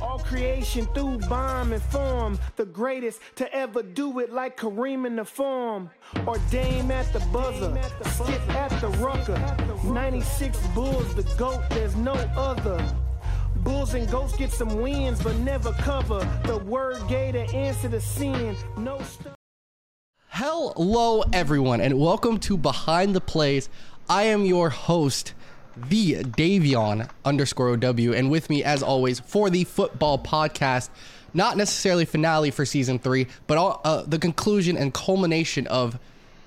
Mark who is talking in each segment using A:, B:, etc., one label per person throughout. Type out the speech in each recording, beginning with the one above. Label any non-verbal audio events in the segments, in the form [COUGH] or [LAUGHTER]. A: creation through bomb and form. The greatest to ever do it like Kareem in the form. Or Dame at the buzzer. Skip at the rucker. 96 Bulls, the GOAT, there's no other. Bulls and goats get some wins, but never cover. The word gave the answer to sin. No stuff.
B: Hello, everyone, and welcome to Behind the Plays. I am your host, the Davion underscore OW, and with me, as always, for the football podcast, not necessarily finale for season three, but all, uh, the conclusion and culmination of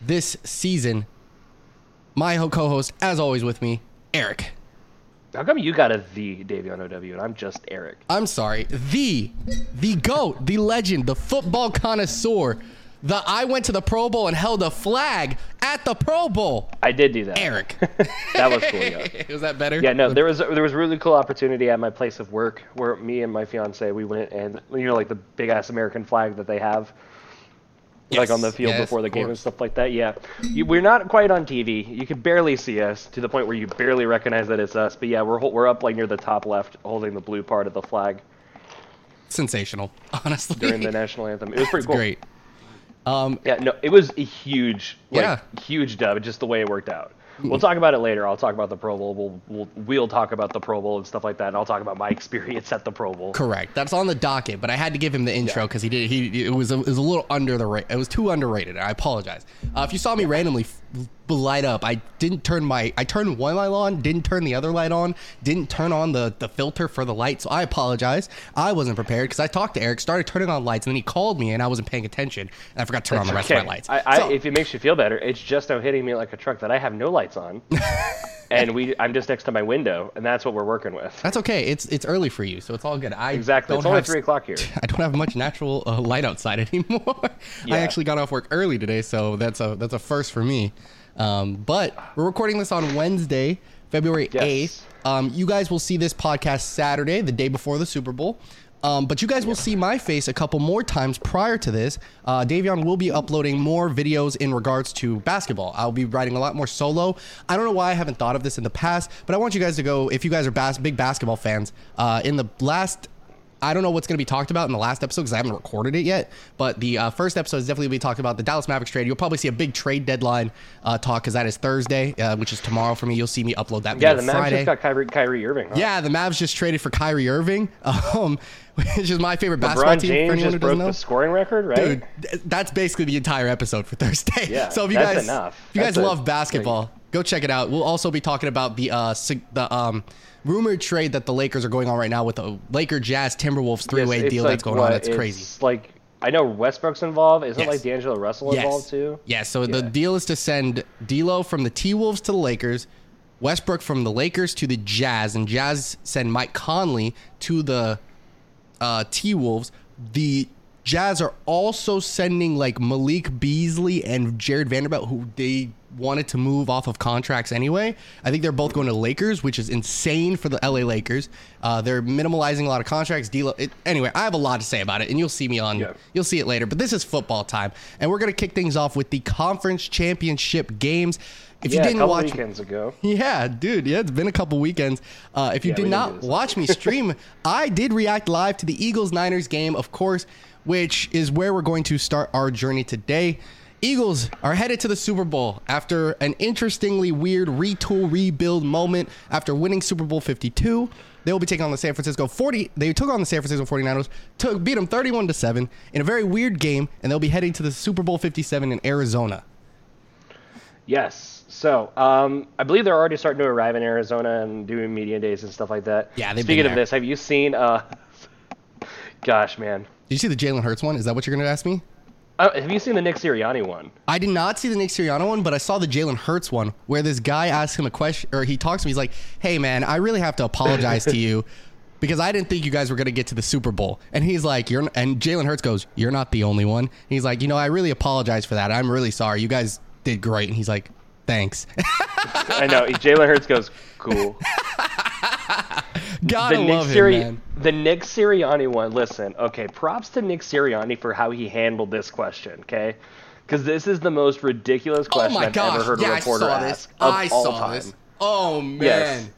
B: this season. My ho- co-host, as always, with me, Eric.
C: How come you got a V, Davion OW, and I'm just Eric?
B: I'm sorry, the the goat, the legend, the football connoisseur. The I went to the Pro Bowl and held a flag at the Pro Bowl.
C: I did do that. [LAUGHS]
B: Eric.
C: That was cool,
B: [LAUGHS]
C: yeah.
B: was that better?
C: Yeah, no, there was there was a really cool opportunity at my place of work where me and my fiance we went and you know like the big ass American flag that they have
B: Yes,
C: like on the field
B: yes,
C: before the
B: of
C: game and
B: course.
C: stuff like that. Yeah, you, we're not quite on TV. You can barely see us to the point where you barely recognize that it's us. But yeah, we're hol- we're up like near the top left, holding the blue part of the flag
B: sensational. Honestly, [LAUGHS]
C: during the national anthem. It was pretty
B: it's
C: cool.
B: great. Um,
C: Yeah, no, it was a huge, like,
B: Yeah. Hmm.
C: huge dub. Just the way it worked out. We'll talk about it later. I'll talk about the Pro Bowl. We'll, we'll we'll talk about the Pro Bowl and stuff like that. And I'll talk about my [LAUGHS] experience at the Pro Bowl.
B: correct. That's on the docket, but I had to give him the intro because he did. He it was a, it was a little under the rate. It was too underrated. I apologize. Uh, if you saw me randomly f- light up, I didn't turn my. I turned one light on, didn't turn the other light on, didn't turn on the the filter for the light. So I apologize. I wasn't prepared because I talked to Eric, started turning on lights, and then he called me, and I wasn't paying attention, and I forgot to turn on the rest of
C: Okay.
B: my lights.
C: I, I,
B: So-
C: if it makes you feel better, it's just now hitting me like a truck that I have no lights
B: [LAUGHS]
C: on, and we I'm just next to my window, and that's what we're
B: [LAUGHS]
C: working with.
B: That's okay. It's it's early for you, so it's all good. I
C: Exactly.
B: Don't
C: It's only
B: have-
C: three
B: [LAUGHS]
C: o'clock here.
B: I don't have much natural uh, light outside [LAUGHS] anymore.
C: Yeah.
B: I actually got off work early today, so that's a that's a first for me. Um, but we're recording this on Wednesday, February
C: Yes.
B: eighth. Um, you guys will see this podcast Saturday, the day before the Super Bowl. Um, but you guys will see my face a couple more times prior to this. Uh, Davion will be uploading more videos in regards to basketball. I'll be writing a lot more solo. I don't know why I haven't thought of this in the past, but I want you guys to go, if you guys are bas- big basketball fans, uh, in the last I don't know what's going to be talked about in the last episode because I haven't recorded it yet. But the uh, first episode is definitely going to be talking about the Dallas Mavericks trade. You'll probably see a big trade deadline uh, talk because that is Thursday, uh, which is tomorrow for me. You'll see me upload that
C: Yeah,
B: video
C: the Mavs
B: Friday.
C: just got Kyrie, Kyrie Irving. Huh?
B: yeah, the Mavs just traded for Kyrie Irving, [LAUGHS] um, which is my favorite basketball
C: LeBron
B: team. for
C: James
B: anyone
C: just
B: who doesn't
C: broke
B: know,
C: the scoring record, right?
B: dude, th- that's basically the entire episode for [LAUGHS] Thursday.
C: Yeah,
B: so if you
C: that's
B: guys,
C: enough.
B: if you guys
C: That's a-
B: love basketball, go check it out. We'll also be talking about the uh sig- the um rumored trade that the Lakers are going on right now with the Laker Jazz Timberwolves three
C: It's-
B: way
C: it's
B: deal that's
C: like,
B: going
C: what,
B: on. That's
C: it's
B: crazy.
C: Like I know Westbrook's involved. Isn't
B: Yes.
C: like D'Angelo Russell involved too?
B: Yeah, so the deal is to send D'Lo from the T Wolves to the Lakers, Westbrook from the Lakers to the Jazz, and Jazz send Mike Conley to the uh, T Wolves. The Jazz are also sending like Malik Beasley and Jared Vanderbilt, who they wanted to move off of contracts anyway. I think they're both going to Lakers, which is insane for the LA Lakers. Uh, they're minimalizing a lot of contracts. D'Lo. It, anyway, I have a lot to say about it, and you'll see me on.
C: Yeah.
B: You'll see it later. But this is football time, and we're gonna kick things off with the conference championship games. If
C: yeah,
B: you
C: a
B: didn't
C: couple
B: watch,
C: weekends ago.
B: [LAUGHS] yeah, dude. Yeah, it's been a couple weekends. Uh, if you
C: Yeah,
B: did
C: we can do
B: not
C: this.
B: watch me stream,
C: [LAUGHS]
B: I did react live to the Eagles Niners game, of course, which is where we're going to start our journey today. Eagles are headed to the Super Bowl after an interestingly weird retool rebuild moment after winning Super Bowl 52. They will be taking on the San Francisco 40. They took on the San Francisco 49ers, took beat them 31 to 7 in a very weird game and they'll be heading to the Super Bowl 57 in Arizona.
C: Yes. So um, I believe they're already starting to arrive in Arizona and doing media days and stuff like that.
B: Yeah, they've
C: Speaking
B: been
C: of
B: there.
C: this, have you seen? Uh, [LAUGHS] gosh, man,
B: Did you see the Jalen Hurts one? Is that what you're going to ask me?
C: uh, have you seen the Nick Sirianni one?
B: I did not see the Nick Sirianni one, but I saw the Jalen Hurts one where this guy asks him a question or he talks to me. He's like, hey, man, I really have to apologize to you [LAUGHS] because I didn't think you guys were going to get to the Super Bowl. And he's like, you're, and Jalen Hurts goes, you're not the only one. And he's like, you know, I really apologize for that. I'm really sorry. You guys did great. And he's like, thanks. [LAUGHS]
C: I know Jalen Hurts goes cool.
B: Gotta love him,
C: Siri-
B: man.
C: the Nick Sirianni one. Listen, okay, props to Nick Sirianni for how he handled this question, okay? Because this is the most ridiculous
B: Oh
C: question
B: my
C: I've
B: gosh.
C: ever heard
B: yeah,
C: a
B: I
C: reporter
B: saw
C: ask
B: this.
C: of
B: I
C: all
B: saw
C: time.
B: this. Oh, man.
C: Yes.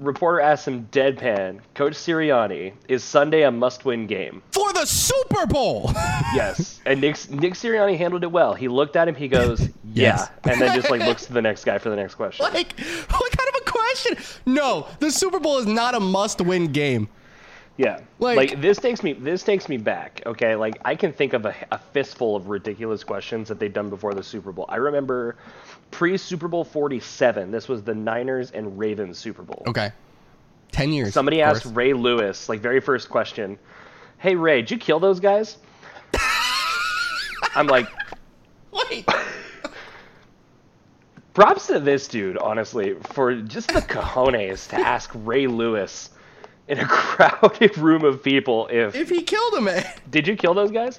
C: reporter asks him deadpan, Coach Sirianni, is Sunday a must-win game?
B: for the Super Bowl. [LAUGHS]
C: Yes. And Nick, Nick Sirianni handled it well. He looked at him. He goes, yeah.
B: Yes.
C: And then just like looks to the next guy for the next question.
B: [LAUGHS] like, what kind of a question? No, the Super Bowl is not a must-win game.
C: Yeah.
B: Like-
C: Like, this takes me this takes me back. Okay. Like I can think of a, a fistful of ridiculous questions that they've done before the Super Bowl. I remember pre Super Bowl 47. This was the Niners and Ravens Super Bowl.
B: Okay, ten years.
C: Somebody
B: of
C: asked
B: course.
C: Ray Lewis, like very first question, "Hey Ray, did you kill those guys?" I'm like,
B: [LAUGHS]
C: [LAUGHS]
B: Wait.
C: props to this dude, honestly, for just the cojones to ask Ray Lewis in a [LAUGHS] crowded room of people if
B: if he killed him, [LAUGHS] eh?
C: did you kill those guys?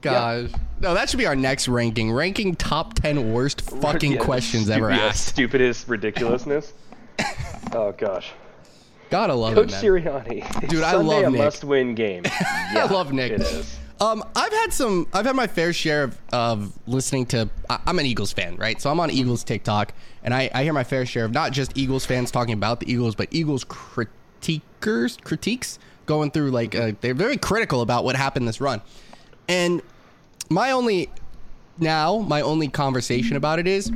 B: Gosh. No, that should be our next ranking. Ranking top 10 worst fucking
C: Yeah,
B: questions ever
C: yeah,
B: asked. [LAUGHS]
C: Stupidest ridiculousness. oh gosh,
B: Gotta love
C: Coach
B: it, man.
C: Sirianni. is
B: Dude, I
C: Sunday
B: love
C: a
B: Nick. [LAUGHS]
C: must-win game. Yeah,
B: I love Nick.
C: It is.
B: Um, I've had some. I've had my fair share of, of listening to. I, I'm an Eagles fan, right? So I'm on Eagles TikTok, and I, I hear my fair share of not just Eagles fans talking about the Eagles, but Eagles critiquers, critiques going through like uh, they're very critical about what happened this run. And my only now, my only conversation about it is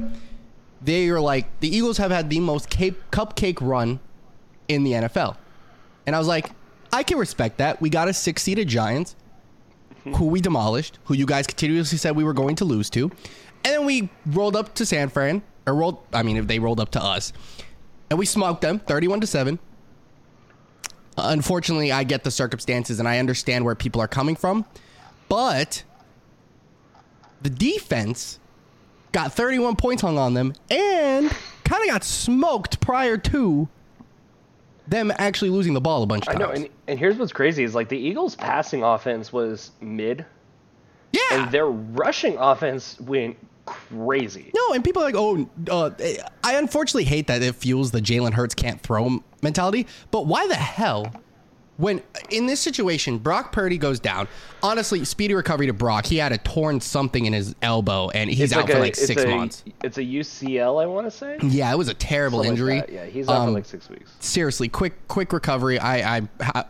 B: they are like the Eagles have had the most cape, cupcake run in the NFL, and I was like, I can respect that. We got a six seeded Giants who we demolished, who you guys continuously said we were going to lose to. And then we rolled up to San Fran, or rolled, I mean, if they rolled up to us. And we smoked them 31 to 7. Unfortunately, I get the circumstances and I understand where people are coming from. But the defense got 31 points hung on them and kind of got smoked prior to them actually losing the ball a bunch of
C: I
B: times.
C: know, and, and here's what's crazy is like the Eagles' passing offense was mid,
B: yeah.
C: and their rushing offense went crazy.
B: No, and people are like, oh, uh, I unfortunately hate that it fuels the Jalen Hurts can't throw mentality. But why the hell, when in this situation, Brock Purdy goes down. Honestly, speedy recovery to Brock. He had a torn something in his elbow, and he's out for like
C: it's
B: six
C: a-
B: months.
C: It's a UCL, I want to say.
B: Yeah, it was a terrible
C: Something like
B: injury.
C: that. Yeah, he's out
B: Um,
C: for like six weeks.
B: seriously, quick, quick recovery. I, I, I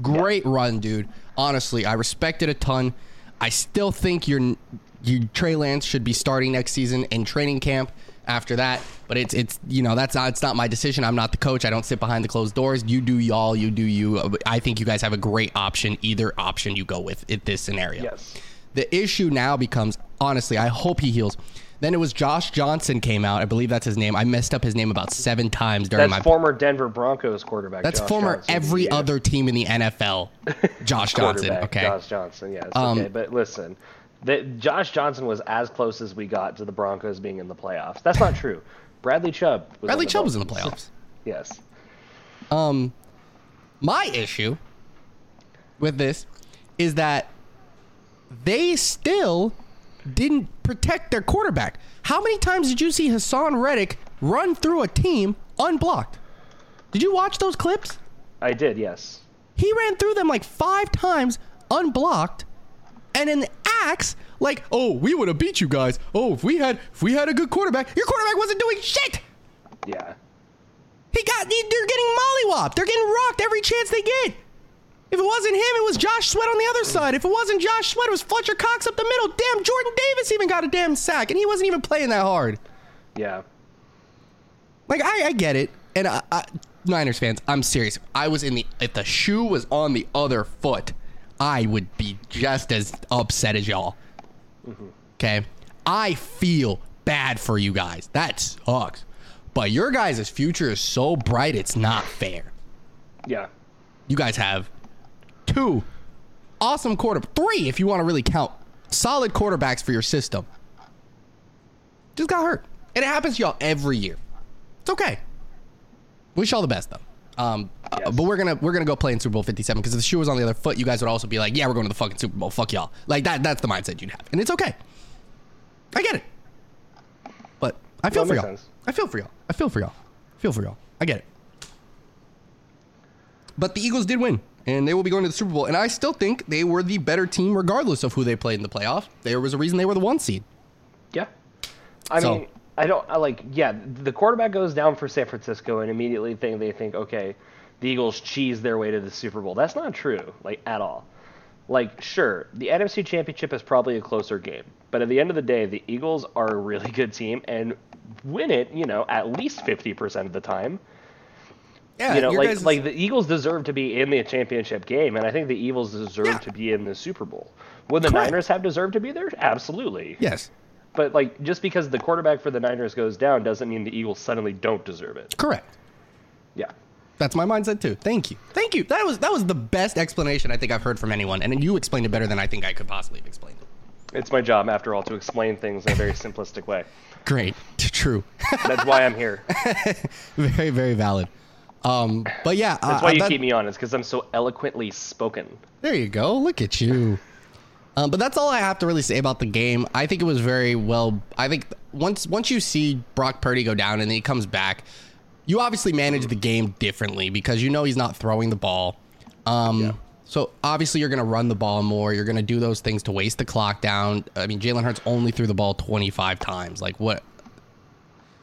B: great run, dude. Honestly, I respect it a ton. I still think your, you Trey Lance should be starting next season in training camp. After that, but it's it's you know that's not it's not my decision. I'm not the coach. I don't sit behind the closed doors. You do y'all. You do you. Uh, I think you guys have a great option. Either option you go with in this scenario.
C: Yes.
B: The issue now becomes honestly, I hope he heals. Then it was Josh Johnson came out. I believe that's his name. I messed up his name about seven times during
C: That's
B: my
C: former Denver Broncos quarterback.
B: that's
C: Josh
B: former
C: Johnson.
B: every
C: Yeah.
B: other team in the NFL.
C: [LAUGHS]
B: Josh Johnson.
C: quarterback,
B: Okay. Um,
C: Josh Johnson. Yeah, it's okay. But listen, the, Josh Johnson was as close as we got to the Broncos being in the playoffs. That's not true. Bradley Chubb. Was
B: Bradley
C: in the
B: Chubb was in the
C: Broncos.
B: playoffs.
C: [LAUGHS] Yes.
B: My issue with this is that they still didn't protect their quarterback. How many times did you see Hassan Reddick run through a team unblocked? Did you watch those clips?
C: I did. Yes.
B: He ran through them like five times unblocked, and then acts like, "Oh, we would have beat you guys. Oh, if we had, if we had a good quarterback, your quarterback wasn't doing shit.
C: Yeah.
B: He got, they- they're getting mollywopped. They're getting rocked every chance they get. If it wasn't him, it was Josh Sweat on the other side. If it wasn't Josh Sweat, it was Fletcher Cox up the middle. Damn, Jordan Davis even got a damn sack, and he wasn't even playing that hard.
C: Yeah.
B: Like I, I get it, and I, I, Niners fans, I'm serious. I was in the if the shoe was on the other foot, I would be just as upset as y'all. Okay, I feel bad for you guys. That sucks, but your guys' future is so bright, it's not fair.
C: Yeah.
B: You guys have two awesome quarter, three if you want to really count, solid quarterbacks for your system. Just got hurt. And it happens to y'all every year. It's okay. Wish y'all the best though. Um, uh,
C: Yes.
B: but we're gonna we're gonna go play in Super Bowl Fifty Seven because if the shoe was on the other foot, you guys would also be like, yeah, we're going to the fucking Super Bowl. Fuck y'all. Like that that's the mindset you'd have, and it's okay. I get it. But I feel
C: That
B: for
C: makes
B: y'all.
C: sense.
B: I feel for y'all. I feel for y'all. I feel for y'all. I get it. But the Eagles did win, and they will be going to the Super Bowl. And I still think they were the better team, regardless of who they played in the playoff. There was a reason they were the one seed.
C: Yeah. I
B: So-
C: mean, I don't I like yeah, the quarterback goes down for San Francisco and immediately think they think, okay, the Eagles cheese their way to the Super Bowl. That's not true, like at all. Like, sure, the NFC championship is probably a closer game, but at the end of the day, the Eagles are a really [LAUGHS] good team and win it, you know, at least fifty percent of the time.
B: Yeah,
C: you know,
B: your
C: like
B: guys'
C: like the Eagles deserve to be in the championship game, and I think the Eagles deserve
B: Yeah.
C: to be in the Super Bowl. Would the
B: Correct.
C: Niners have deserved to be there? Absolutely.
B: yes,
C: But like just because the quarterback for the Niners goes down doesn't mean the Eagles suddenly don't deserve it.
B: correct.
C: Yeah.
B: That's my mindset too. Thank you, thank you. That was that was the best explanation I think I've heard from anyone, and you explained it better than I think I could possibly have explained it.
C: It's my job after all to explain things in a very simplistic way.
B: Great, [LAUGHS] true,
C: That's why I'm here.
B: very very valid. Um, but yeah, [LAUGHS]
C: That's why you keep me on is cuz I'm so eloquently spoken.
B: There you go. Look at you. Um, but that's all I have to really say about the game. I think it was very well. I think once once you see Brock Purdy go down and then he comes back, you obviously manage the game differently because you know he's not throwing the ball. Um, So obviously you're going to run the ball more. You're going to do those things to waste the clock down. I mean, Jalen Hurts only threw the ball 25 times. Like what?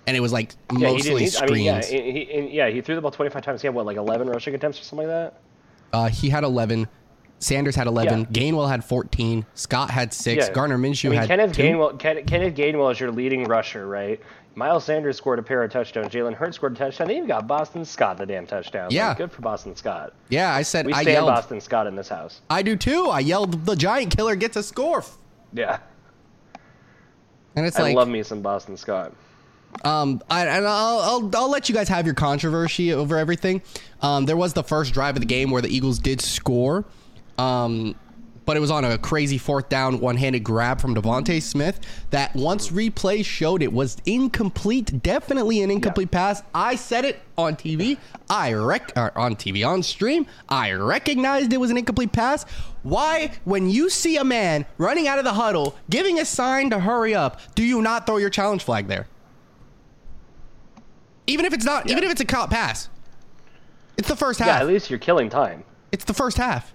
B: And it was like
C: Yeah, he
B: mostly
C: did, he, I mean,
B: screens.
C: yeah, he, he, and- yeah, he threw the ball 25 times. He had what like 11 rushing attempts or something like that.
B: Uh, he had 11. Sanders had 11.
C: Yeah.
B: Gainwell had 14. Scott had six.
C: Yeah.
B: Garner Minshew
C: I mean,
B: had
C: Kenneth
B: two.
C: Gainwell. Ken, Kenneth Gainwell is your leading rusher, right? Miles Sanders scored a pair of touchdowns. Jalen Hurts scored a touchdown. They even got Boston Scott the damn touchdown. Like,
B: Yeah.
C: good for Boston Scott.
B: Yeah, I said
C: We
B: I
C: stand
B: yelled.
C: Boston Scott in this house.
B: I do too. I yelled. The Giant Killer gets a score.
C: Yeah,
B: And it's
C: I
B: like,
C: love me some Boston Scott.
B: um, I, and I'll, I'll, I'll let you guys have your controversy over everything. Um, there was the first drive of the game where the Eagles did score, um, but it was on a crazy fourth down, one handed grab from Devontae Smith that once replay showed it was incomplete, definitely an incomplete pass. I said it on TV. I rec or on TV on stream. I recognized it was an incomplete pass. Why, when you see a man running out of the huddle, giving a sign to hurry up, do you not throw your challenge flag there? Even if it's not, even if it's a cop pass, it's the first
C: Yeah,
B: half.
C: at least you're killing time.
B: it's the first half.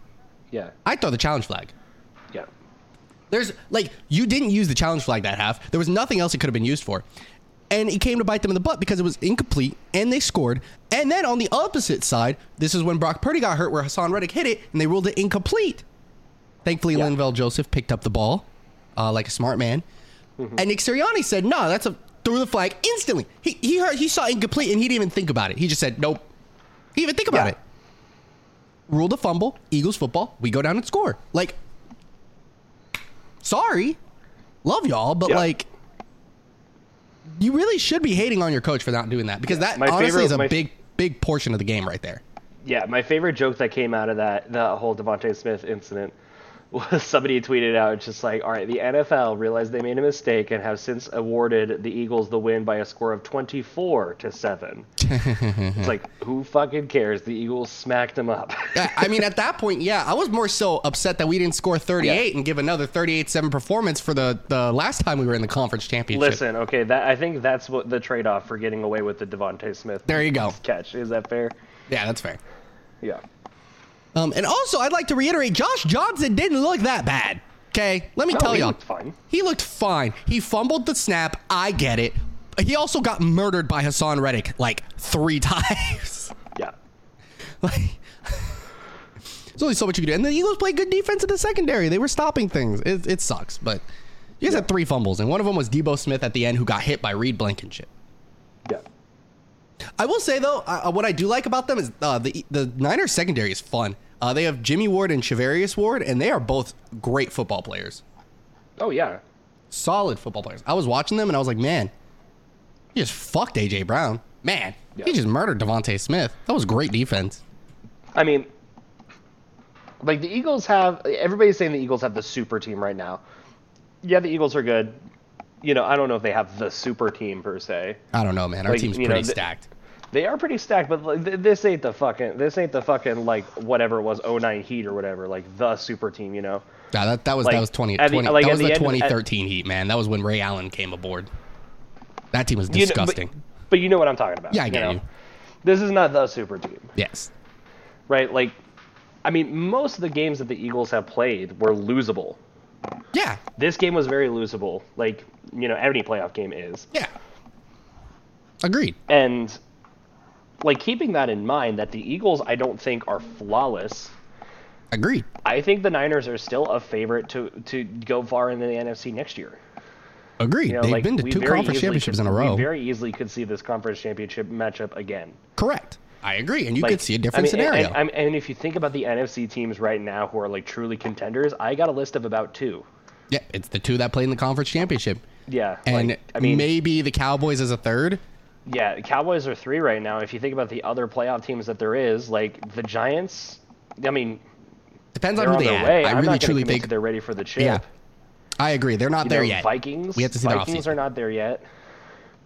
C: Yeah,
B: I throw the challenge flag.
C: yeah.
B: There's like you didn't use the challenge flag that half. There was nothing else it could have been used for, and it came to bite them in the butt because it was incomplete and they scored. And then on the opposite side, this is when Brock Purdy got hurt, where Hassan Reddick hit it and they ruled it incomplete. Thankfully,
C: Yeah.
B: Linval Joseph picked up the ball uh, like a smart man,
C: Mm-hmm.
B: and Nick Sirianni said, "No, that's a threw the flag instantly." He he heard he saw incomplete and he didn't even think about it. He just said, "Nope." He didn't even think about
C: Yeah.
B: it. Ruled a fumble, Eagles football. We go down and score. Like, sorry, love y'all, but
C: Yeah.
B: like, you really should be hating on your coach for not doing that because that
C: My
B: honestly
C: favorite-
B: is a
C: my-
B: big big portion of the game right there.
C: Yeah, my favorite joke that came out of that the whole Devonte Smith incident was [LAUGHS] somebody tweeted out just like, "All right, the NFL realized they made a mistake and have since awarded the Eagles the win by a score of 24
B: [LAUGHS]
C: to 7." it's like, who fucking cares? The Eagles smacked them up.
B: I Uh, I mean, at that point, yeah, I was more so upset that we didn't score 38 and give another 38-7 performance for the, the last time we were in the conference championship.
C: [LAUGHS] Listen, okay, that I think that's what the trade-off for getting away with the Devonte Smith
B: There you go.
C: catch. Is that fair?
B: Yeah, that's fair.
C: Yeah.
B: Um, and also, I'd like to reiterate, Josh Johnson didn't look that bad. Okay, let me
C: No,
B: tell
C: he
B: y'all,
C: looked fine.
B: He looked fine. He fumbled the snap. I get it. He also got murdered by Hassan Reddick like three [LAUGHS] times.
C: Yeah.
B: like, [LAUGHS] there's only so much you can do. And the Eagles played good defense in the secondary. They were stopping things. It, it sucks, but you guys had three fumbles, and one of them was Debo Smith at the end, who got hit by Reed Blankenship.
C: Yeah.
B: I will say though, uh, what I do like about them is uh, the the Niners secondary is fun. Uh, they have Jimmy Ward and Shavarius Ward, and they are both great football players,
C: Oh yeah.
B: solid football players. I was watching them and I was like, man, he just fucked AJ Brown. Man, he
C: Yeah.
B: just murdered Devonte Smith. That was great defense.
C: I mean, like the Eagles have everybody's saying the Eagles have the super team right now. Yeah, the Eagles are good. You know, I don't know if they have the super team per se.
B: I don't know, man. Our
C: Like,
B: team's
C: you
B: pretty
C: know, the-
B: stacked.
C: They are pretty stacked, but like, th- this ain't the fucking this ain't the fucking like whatever it was 09 Heat or whatever like the super team. You know,
B: Nah, that, that was that
C: like,
B: was twenty,
C: at the-
B: 20
C: like,
B: that
C: at
B: was the,
C: the end- at-
B: 2013 Heat, man. That was when Ray Allen came aboard. That team was
C: You know, but-
B: disgusting.
C: but, you know what I'm talking about.
B: Yeah, I get
C: know?
B: you.
C: This is not the super team,
B: yes.
C: right? Like, I mean, most of the games that the Eagles have played were losable.
B: Yeah.
C: This game was very losable. Like, you know, any playoff game is.
B: Yeah. Agreed.
C: And like keeping that in mind, that the Eagles I don't think are flawless.
B: Agreed.
C: I think the Niners are still a favorite to to go far in the NFC next year.
B: Agreed.
C: You know,
B: They've
C: like,
B: been to
C: we
B: two
C: very
B: conference
C: easily
B: championships
C: could-
B: in a row.
C: We very easily could see this conference championship matchup again.
B: Correct. I agree, and you
C: Like,
B: could see a different
C: I mean, and-
B: scenario.
C: And, and- and if you think about the NFC teams right now who are like truly contenders, I got a list of about two.
B: yeah, it's the two that played in the conference championship,
C: Yeah,
B: and
C: like, I mean,
B: maybe the Cowboys as a third.
C: yeah, Cowboys are three right now. If you think about the other playoff teams that there is, like the Giants, I mean,
B: Depends on
C: they're
B: who
C: on
B: they
C: their
B: add.
C: way.
B: I
C: I'm
B: really
C: not gonna
B: truly
C: commit
B: think
C: that they're ready for the chip.
B: Yeah, I agree. They're not
C: You
B: there
C: know,
B: yet.
C: Vikings,
B: We have to see the
C: Vikings
B: offseason.
C: are not there yet.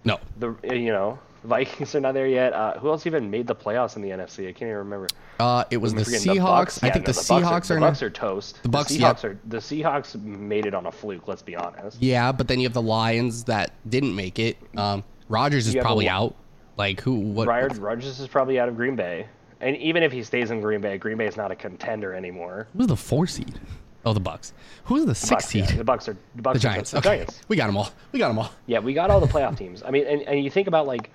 B: No,
C: The you know, Vikings are not there yet. Uh, who else even made the playoffs in the NFC? I can't even remember.
B: uh, it was the Seahawks.
C: Freaking Bucs.
B: I
C: Yeah,
B: think
C: no,
B: the,
C: Bucs
B: Seahawks
C: are,
B: are.
C: the
B: not-
C: Bucks are toast. The
B: Bucs,
C: Seahawks
B: yeah.
C: are the Seahawks made it on a fluke. Let's be honest.
B: yeah, but then you have the Lions that didn't make it. Um, Rogers is
C: You have a
B: probably
C: Li-
B: out. Like who? What?
C: Ryan Rodgers is probably out of Green Bay, and even if he stays in Green Bay, Green Bay is not a contender anymore.
B: Who's the four seed? Oh, the Bucks. Who's the
C: Bucs,
B: six
C: yeah,
B: seed?
C: the Bucks are the Bucks
B: The
C: are
B: Giants.
C: toast. The
B: Okay,
C: Giants.
B: we got them all. We got them all.
C: Yeah, we got all the playoff teams. I mean, and, and you think about like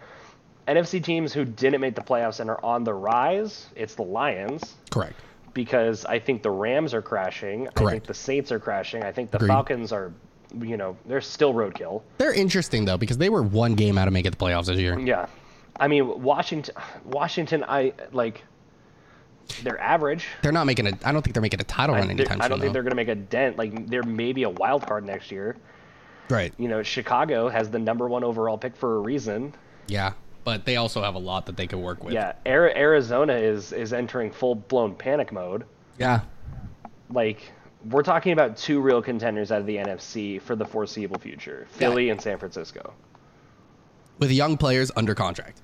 C: NFC teams who didn't make the playoffs and are on the rise. It's the Lions.
B: Correct.
C: because I think the Rams are crashing. I
B: Correct.
C: think the Saints are crashing. I think the
B: Agreed.
C: Falcons are, you know, they're still roadkill.
B: They're interesting though because they were one game out of making the playoffs this year.
C: Yeah, I mean Washington, Washington. I like they're average.
B: They're not making a. I don't think they're making a title
C: I,
B: run
C: they're-
B: anytime soon.
C: I don't think
B: though.
C: they're going to make a dent. Like they're maybe a wild card next year.
B: right.
C: You know, Chicago has the number one overall pick for a reason.
B: Yeah, but they also have a lot that they could work with.
C: Yeah, Ari- Arizona is is entering full blown panic mode.
B: Yeah.
C: Like we're talking about two real contenders out of the NFC for the foreseeable future: Philly and San Francisco.
B: With young players under contract.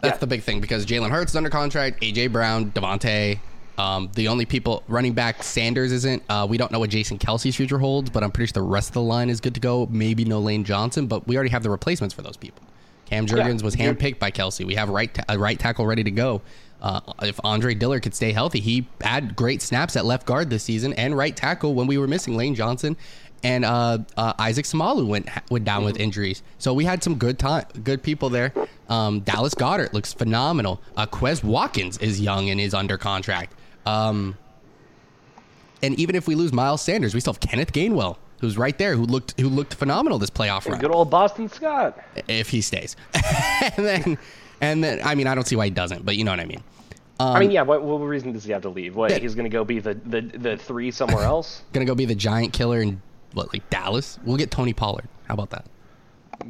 B: That's
C: Yeah.
B: the big thing because Jalen Hurts is under contract, AJ Brown, Devontae. Um, the only people running back Sanders isn't. Uh, we don't know what Jason Kelsey's future holds, but I'm pretty sure the rest of the line is good to go. Maybe no Lane Johnson, but we already have the replacements for those people. Cam Jurgens was
C: You're-
B: handpicked by Kelsey. We have right ta- a right tackle ready to go. Uh, if Andre Diller could stay healthy, he had great snaps at left guard this season and right tackle when we were missing Lane Johnson and uh, uh, Isaac Samalu went went down with injuries. So we had some good time, good people there. Um, Dallas Goddard looks phenomenal. Uh, Quez Watkins is young and is under contract. Um, and even if we lose Miles Sanders, we still have Kenneth Gainwell, who's right there, who looked who looked phenomenal this playoff run
C: Good old Boston Scott.
B: if he stays. [LAUGHS] and then, and then, I mean, I don't see why he doesn't, but you know what I mean.
C: I mean, yeah. What, what reason does he have to leave? What
B: Um, Yeah.
C: he's going to go be the, the the
B: [LAUGHS]
C: three somewhere else?
B: Gonna go be the giant killer in what, like Dallas. We'll get Tony Pollard. How about that?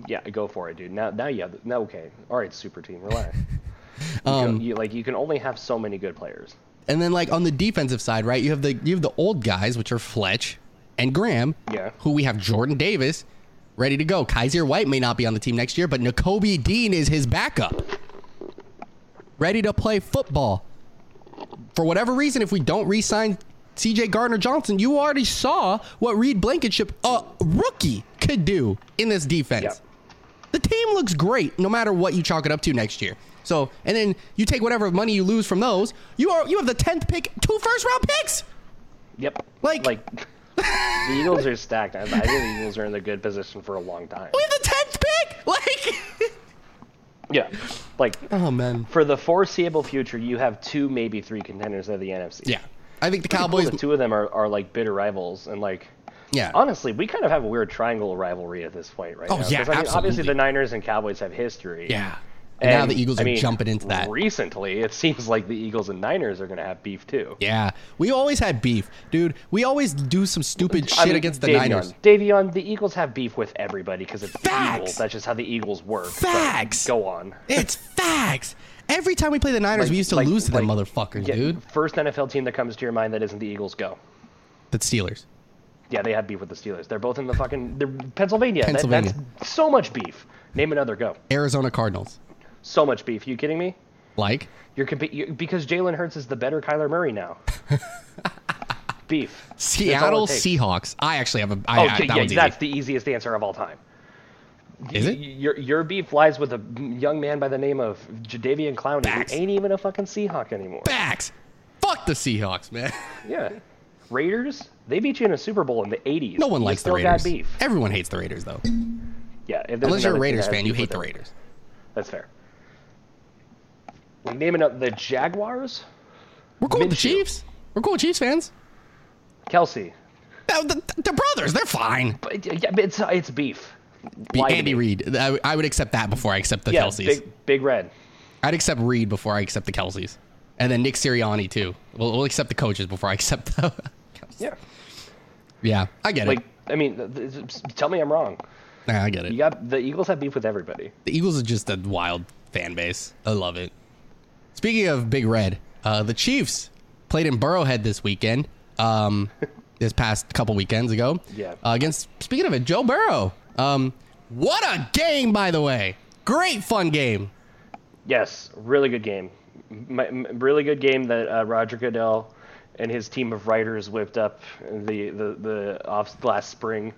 C: yeah, go for it, dude. Now now you have now okay. All right, super
B: [LAUGHS]
C: team, relax. You
B: Um,
C: can- you, like you can only have so many good players.
B: And then, like on the defensive side, right? You have the you have the old guys, which are Fletch and Graham.
C: Yeah.
B: Who we have Jordan Davis ready to go. Kaiser White may not be on the team next year, but N'Kobe Dean is his backup, ready to play football. for whatever reason, if we don't re-sign C.J. Gardner Johnson, you already saw what Reed Blankenship, a rookie, could do in this defense.
C: Yep.
B: The team looks great, no matter what you chalk it up to next year. So, and then you take whatever money you lose from those. You are you have the tenth pick, two first round picks. [LAUGHS]
C: Yep.
B: Like-
C: like [LAUGHS] the Eagles are stacked. I, I think the Eagles are in a good position for a long
B: [LAUGHS]
C: time.
B: We have the tenth pick. [LAUGHS] Like,
C: Yeah. Like
B: oh man,
C: for the foreseeable future, you have two, maybe three contenders of the NFC.
B: yeah. I think the
C: Pretty cool
B: Cowboys.
C: that two of them are, are like bitter rivals and like
B: Yeah.
C: honestly we kind of have a weird triangle rivalry at this point right
B: Oh,
C: now
B: yeah,
C: 'Cause, I mean, obviously
B: absolutely.
C: the Niners and Cowboys have history
B: Yeah. And now
C: And,
B: the Eagles
C: I
B: are
C: mean,
B: jumping into that.
C: recently it seems like the Eagles and Niners are going to have beef too
B: Yeah, we always had beef, dude. We always do some stupid shit
C: I mean,
B: against the
C: Davion.
B: Niners.
C: Davion the Eagles have beef with everybody because it's
B: Facts.
C: the Eagles that's just how the Eagles work But
B: Facts.
C: go on
B: It's facts. Every time we play the Niners, we used to
C: Like-
B: lose to them
C: like,
B: motherfuckers,
C: yeah,
B: dude.
C: first NFL team that comes to your mind that isn't the Eagles go
B: The Steelers.
C: yeah they have beef with the Steelers they're both in the fucking they're Pennsylvania, That-
B: Pennsylvania.
C: that's so much beef name another go
B: Arizona Cardinals.
C: so much beef you kidding me
B: Like,
C: You're, compa- you because Jalen Hurts is the better Kyler
B: [LAUGHS]
C: Murray now. Beef. That's all
B: Seattle
C: it takes.
B: Seahawks. I actually have a. I,
C: Oh,
B: I-
C: okay,
B: that
C: yeah,
B: one's easy.
C: that's the easiest answer of all time.
B: Is
C: Y-
B: it?
C: Your your beef lies with a young man by the name of Jadavian Clowney,
B: Facts.
C: who ain't even a fucking Seahawk anymore.
B: Facts. Fuck the Seahawks, man. [LAUGHS]
C: Yeah. Raiders, they beat you in a Super Bowl in the '80s.
B: No one
C: You
B: likes the
C: still got
B: Raiders.
C: beef.
B: Everyone hates the Raiders, though.
C: Yeah, if there's
B: Unless you're a
C: another team that
B: Raiders
C: has
B: fan, you
C: beef
B: hate
C: with
B: the
C: them.
B: Raiders.
C: That's fair. We're naming up the Jaguars.
B: We're cool with the
C: Minshew.
B: Chiefs. We're cool with Chiefs fans.
C: Kelsey.
B: They're, they're brothers. They're fine.
C: But, yeah, but it's it's beef.
B: Be
C: Lie to
B: Andy
C: me.
B: Reid. I, I would accept that before I accept the
C: Yeah,
B: Kelseys.
C: big big red.
B: I'd accept Reed before I accept the Kelseys, and then Nick Sirianni too. We'll, we'll accept the coaches before I accept the. [LAUGHS]
C: Yeah.
B: yeah, I get
C: Like
B: it.
C: I mean, th- th- s- tell me I'm wrong.
B: Nah, I get it.
C: You got the Eagles have beef with everybody.
B: The Eagles are just a wild fan base. I love it. Speaking of Big Red, uh, the Chiefs played in Burrowhead this weekend. Um, [LAUGHS] this past couple weekends ago.
C: Yeah.
B: Uh, against speaking of it, Joe Burrow. Um, what a game, by the way. Great fun game.
C: Yes, really good game. My, m- really good game that uh, Roger Goodell and his team of writers whipped up in the the the off last spring.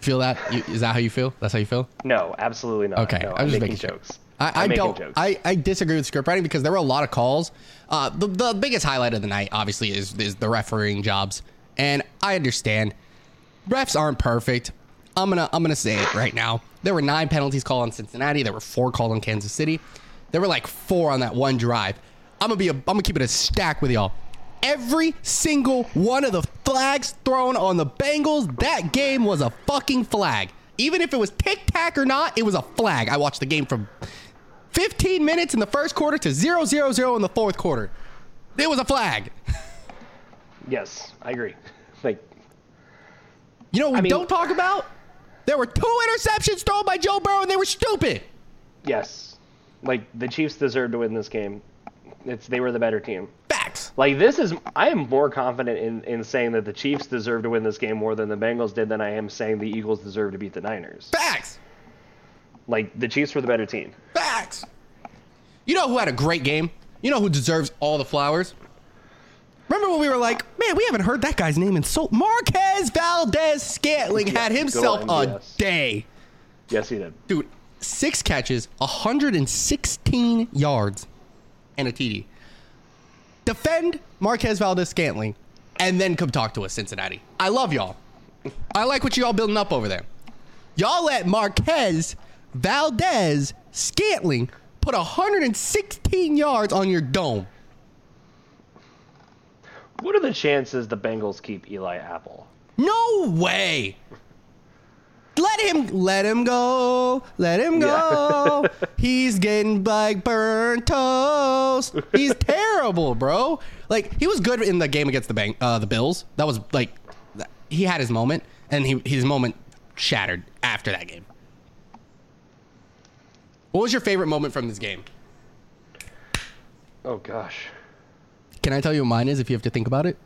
B: Feel that? You, is that how you feel? That's how you feel?
C: No, absolutely not.
B: Okay,
C: no,
B: I
C: I'm,
B: was just
C: making,
B: making sure.
C: jokes.
B: I, I
C: I'm making
B: don't.
C: jokes.
B: I, I disagree with script writing because there were a lot of calls. Uh, the the biggest highlight of the night, obviously, is is the refereeing jobs, and I understand refs aren't perfect. I'm gonna I'm gonna say it right now. There were nine penalties called on Cincinnati. There were four called on Kansas City. There were like four on that one drive. I'm gonna be a, I'm gonna keep it a stack with y'all. Every single one of the flags thrown on the Bengals that game was a fucking flag. Even if it was tic tac or not, it was a flag. I watched the game from 15 minutes in the first quarter to 0 0 0 in the fourth quarter. It was a flag.
C: yes, I agree. [LAUGHS] Like
B: You know what we
C: mean-
B: don't talk about? There were two interceptions thrown by Joe Burrow, and they were stupid.
C: yes, like the Chiefs deserve to win this game. It's they were the better team.
B: Facts.
C: Like this is, I am more confident in, in saying that the Chiefs deserve to win this game more than the Bengals did than I am saying the Eagles deserve to beat the Niners.
B: Facts.
C: Like the Chiefs were the better team.
B: Facts. You know who had a great game? You know who deserves all the flowers? Remember when we were like, man, we haven't heard that guy's name in so Marquez Valdez Scantling
C: Yeah,
B: had
C: good
B: himself
C: one,
B: a
C: yes.
B: day.
C: Yes, he did.
B: Dude, six catches, 116 yards, and a TD. Defend Marquez Valdez Scantling, and then come talk to us, Cincinnati. I love y'all. I like what y'all building up over there. Y'all let Marquez Valdez Scantling put 116 yards on your dome.
C: What are the chances the Bengals keep Eli Apple?
B: No way. Let him let him go. Let him go. He's getting like burnt toast. He's terrible, bro. Like he was good in the game against the bank uh, the Bills. That was like th- he had his moment and he, his moment shattered after that game. What was your favorite moment from this game?
C: Oh gosh,
B: Can I tell you what mine is if you have to think about it?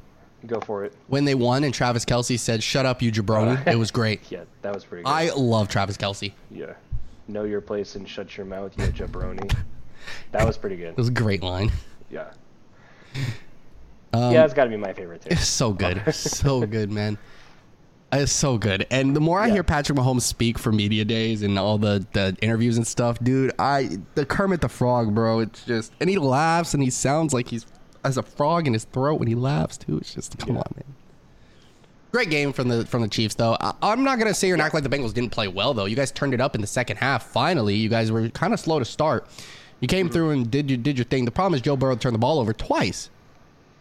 C: go for it.
B: When they won and Travis Kelsey said, Shut up, you jabroni. It was great.
C: Yeah, that was pretty good.
B: I love Travis Kelsey.
C: yeah, know your place and shut your mouth, you jabroni. That was pretty good.
B: [LAUGHS] It was a great line.
C: Yeah. yeah, it's got to be my favorite too.
B: So good. so good, man. It's so good. And the more I
C: Yeah.
B: hear Patrick Mahomes speak for media days and all the, the interviews and stuff, dude, I the Kermit the Frog, bro, it's just and he laughs and he sounds like he's as a frog in his throat when he laughs too. It's just come on, man. Great game from the from the Chiefs though. I, I'm not gonna say or act like the Bengals didn't play well though. You guys turned it up in the second half. Finally, you guys were kind of slow to start. You came
C: Mm-hmm.
B: through and did you did your thing. The problem is Joe Burrow turned the ball over twice.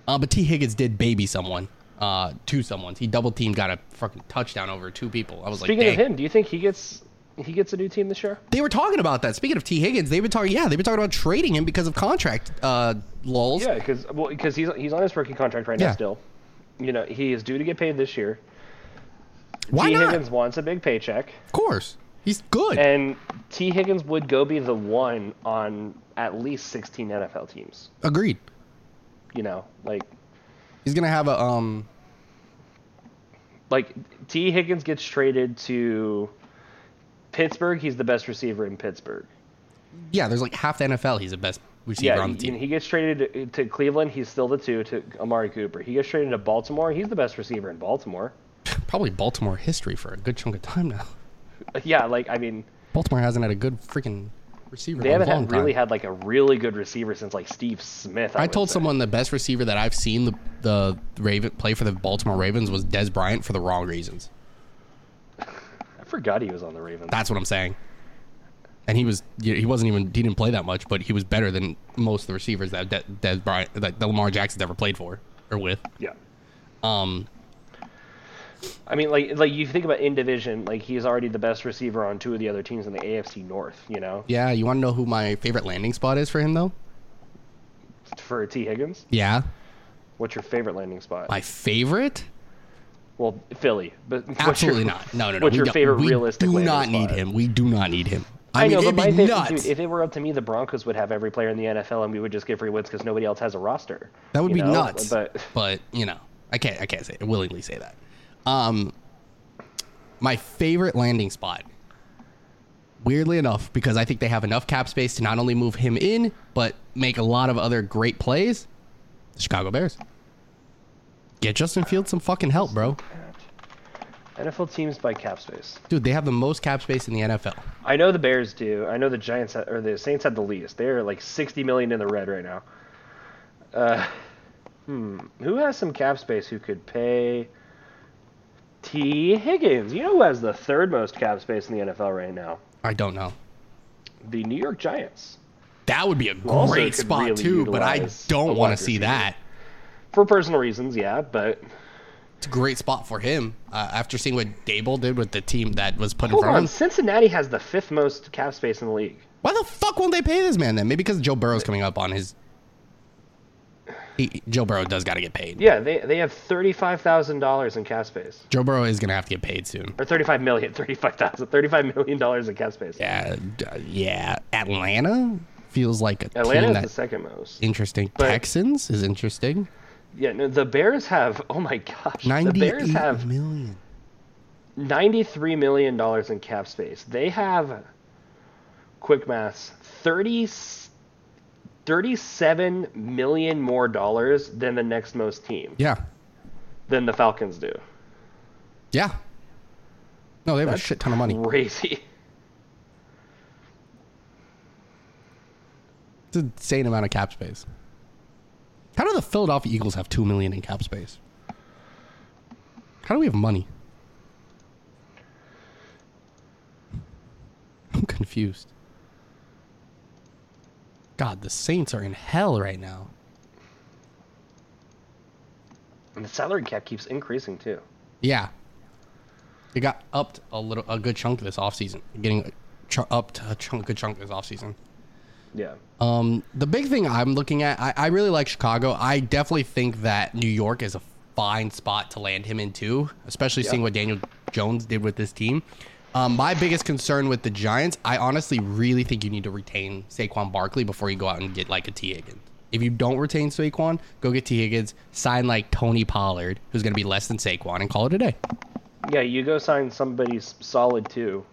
B: Uh, but T. Higgins did baby someone, uh, two someone's. He double teamed, got a fucking touchdown over two people. I was
C: Speaking
B: like,
C: of
B: Dang.
C: him, do you think he gets he gets a new team this year?
B: they were talking about that. Speaking of T. Higgins, they've been talking. Yeah, they've been talking about trading him because of contract uh, lulls.
C: Yeah, because he's he's on his rookie contract right
B: Yeah.
C: now still. You know, he is due to get paid this year.
B: Why
C: T
B: not?
C: Higgins wants a big paycheck,
B: Of course, he's good.
C: and T Higgins would go be the one on at least 16 NFL teams.
B: Agreed.
C: You know, like
B: He's gonna have a um.
C: like T Higgins gets traded to Pittsburgh. He's the best receiver in Pittsburgh.
B: Yeah, there's like half the NFL. He's the best receiver
C: Yeah,
B: on the
C: he,
B: team.
C: he gets traded to, to Cleveland. He's still the two to Amari Cooper. He gets traded to Baltimore. He's the best receiver in Baltimore.
B: Probably Baltimore history for a good chunk of time now.
C: Uh, Yeah, like I mean,
B: Baltimore hasn't had a good freaking receiver.
C: they
B: in a
C: haven't
B: long
C: had,
B: time.
C: really had like a really good receiver since like Steve Smith. I,
B: I
C: would
B: told
C: say.
B: someone the best receiver that I've seen the the Raven play for the Baltimore Ravens was Des Bryant for the wrong reasons.
C: I forgot he was on the Ravens.
B: That's what I'm saying. and he was he wasn't even he didn't play that much, but he was better than most of the receivers that that that, Bryant, that, that Lamar Jackson's ever played for or with.
C: Yeah.
B: Um,
C: I mean, like like you think about in division, like he's already the best receiver on two of the other teams in the AFC North. You know,
B: yeah, you want to know who my favorite landing spot is for him though?
C: for T Higgins,
B: Yeah,
C: what's your favorite landing spot?
B: my favorite.
C: well, Philly, but what's
B: Absolutely
C: your,
B: not. No, no, no.
C: What's
B: we
C: your
B: don't-
C: favorite
B: we
C: realistic?
B: do
C: landing
B: not need
C: spot?
B: him. We do not need him. I,
C: I,
B: mean,
C: know,
B: it'd
C: but my
B: be
C: favorite,
B: nuts.
C: dude, if it were up to me, the Broncos would have every player in the NFL, and we would just give free wins because nobody else has a roster.
B: That would
C: you
B: be
C: know?
B: nuts.
C: But
B: but you know, I can't I can't say willingly say that. Um, my favorite landing spot, weirdly enough, because I think they have enough cap space to not only move him in but make a lot of other great plays. The Chicago Bears. Get Justin Fields some fucking help, bro.
C: NFL teams by cap space.
B: Dude, they have the most cap space in the NFL.
C: I know the Bears do. I know the Giants had, or the Saints had the least. They're like 60 million in the red right now. Uh, hmm. Who has some cap space who could pay T. Higgins? You know who has the third most cap space in the NFL right now?
B: I don't know.
C: The New York Giants.
B: That would be a
C: also
B: great
C: could
B: spot
C: really
B: too, but I
C: utilize a
B: don't want
C: wide
B: to see
C: receiver.
B: that.
C: For personal reasons, yeah, but
B: It's a great spot for him. Uh, after seeing what Dable did with the team that was put in
C: hold
B: front of
C: on.
B: him,
C: Cincinnati has the fifth most cap space in the league.
B: Why the fuck won't they pay this man then? Maybe because Joe Burrow's coming up on his. He, Joe Burrow does got to get paid.
C: Yeah, they they have thirty-five thousand dollars in cap space,
B: Joe Burrow is gonna have to get paid soon.
C: or thirty-five million, [LAUGHS] thirty-five thousand, thirty-five million dollars in cap space.
B: Yeah, d- yeah. Atlanta feels like a
C: Atlanta
B: team
C: is the
B: that's
C: second most.
B: interesting.
C: but-
B: Texans is interesting.
C: Yeah, no, the Bears have. Oh my gosh, the Bears
B: Ninety-eight
C: have
B: million.
C: ninety-three million dollars in cap space. They have, quick maths, 30, 37 million more dollars than the next most team,
B: Yeah,
C: than the Falcons do.
B: yeah. No, they have a shit ton of money.
C: Crazy. [LAUGHS]
B: It's an insane amount of cap space. How do the Philadelphia Eagles have two million in cap space? How do we have money? I'm confused. God, the Saints are in hell right now.
C: And the salary cap keeps increasing too.
B: Yeah. It got upped a little a good chunk this offseason. Getting ch- upped a chunk good chunk this offseason.
C: Yeah.
B: Um, the big thing I'm looking at, I, I really like Chicago. I definitely think that New York is a fine spot to land him in too, especially seeing what Daniel Jones did with this team. Um, my biggest concern with the Giants, I honestly really think you need to retain Saquon Barkley before you go out and get like a T Higgins. If you don't retain Saquon, go get T Higgins, sign like Tony Pollard, who's going to be less than Saquon, and call it a day.
C: Yeah, you go sign somebody s- solid too.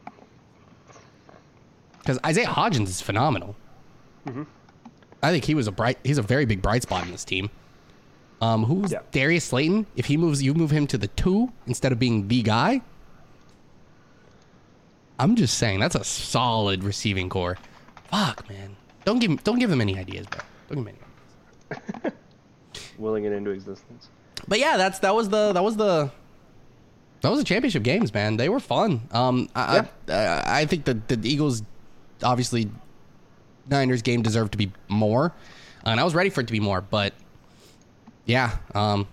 B: Because Isaiah Hodgins is phenomenal. I think he was a bright. He's a very big bright spot in this team. Um, who's
C: Yeah.
B: Darius Slayton? If he moves, you move him to the two instead of being the guy. I'm just saying that's a solid receiving core. Fuck, man. Don't give him. Don't give him any ideas, bro. Don't give him any.
C: Willing it into existence.
B: But yeah, that's that was the that was the that was the championship games, man. They were fun. Um, I I, I think that the Eagles, obviously, Niners game deserved to be more, and I was ready for it to be more. But yeah, um,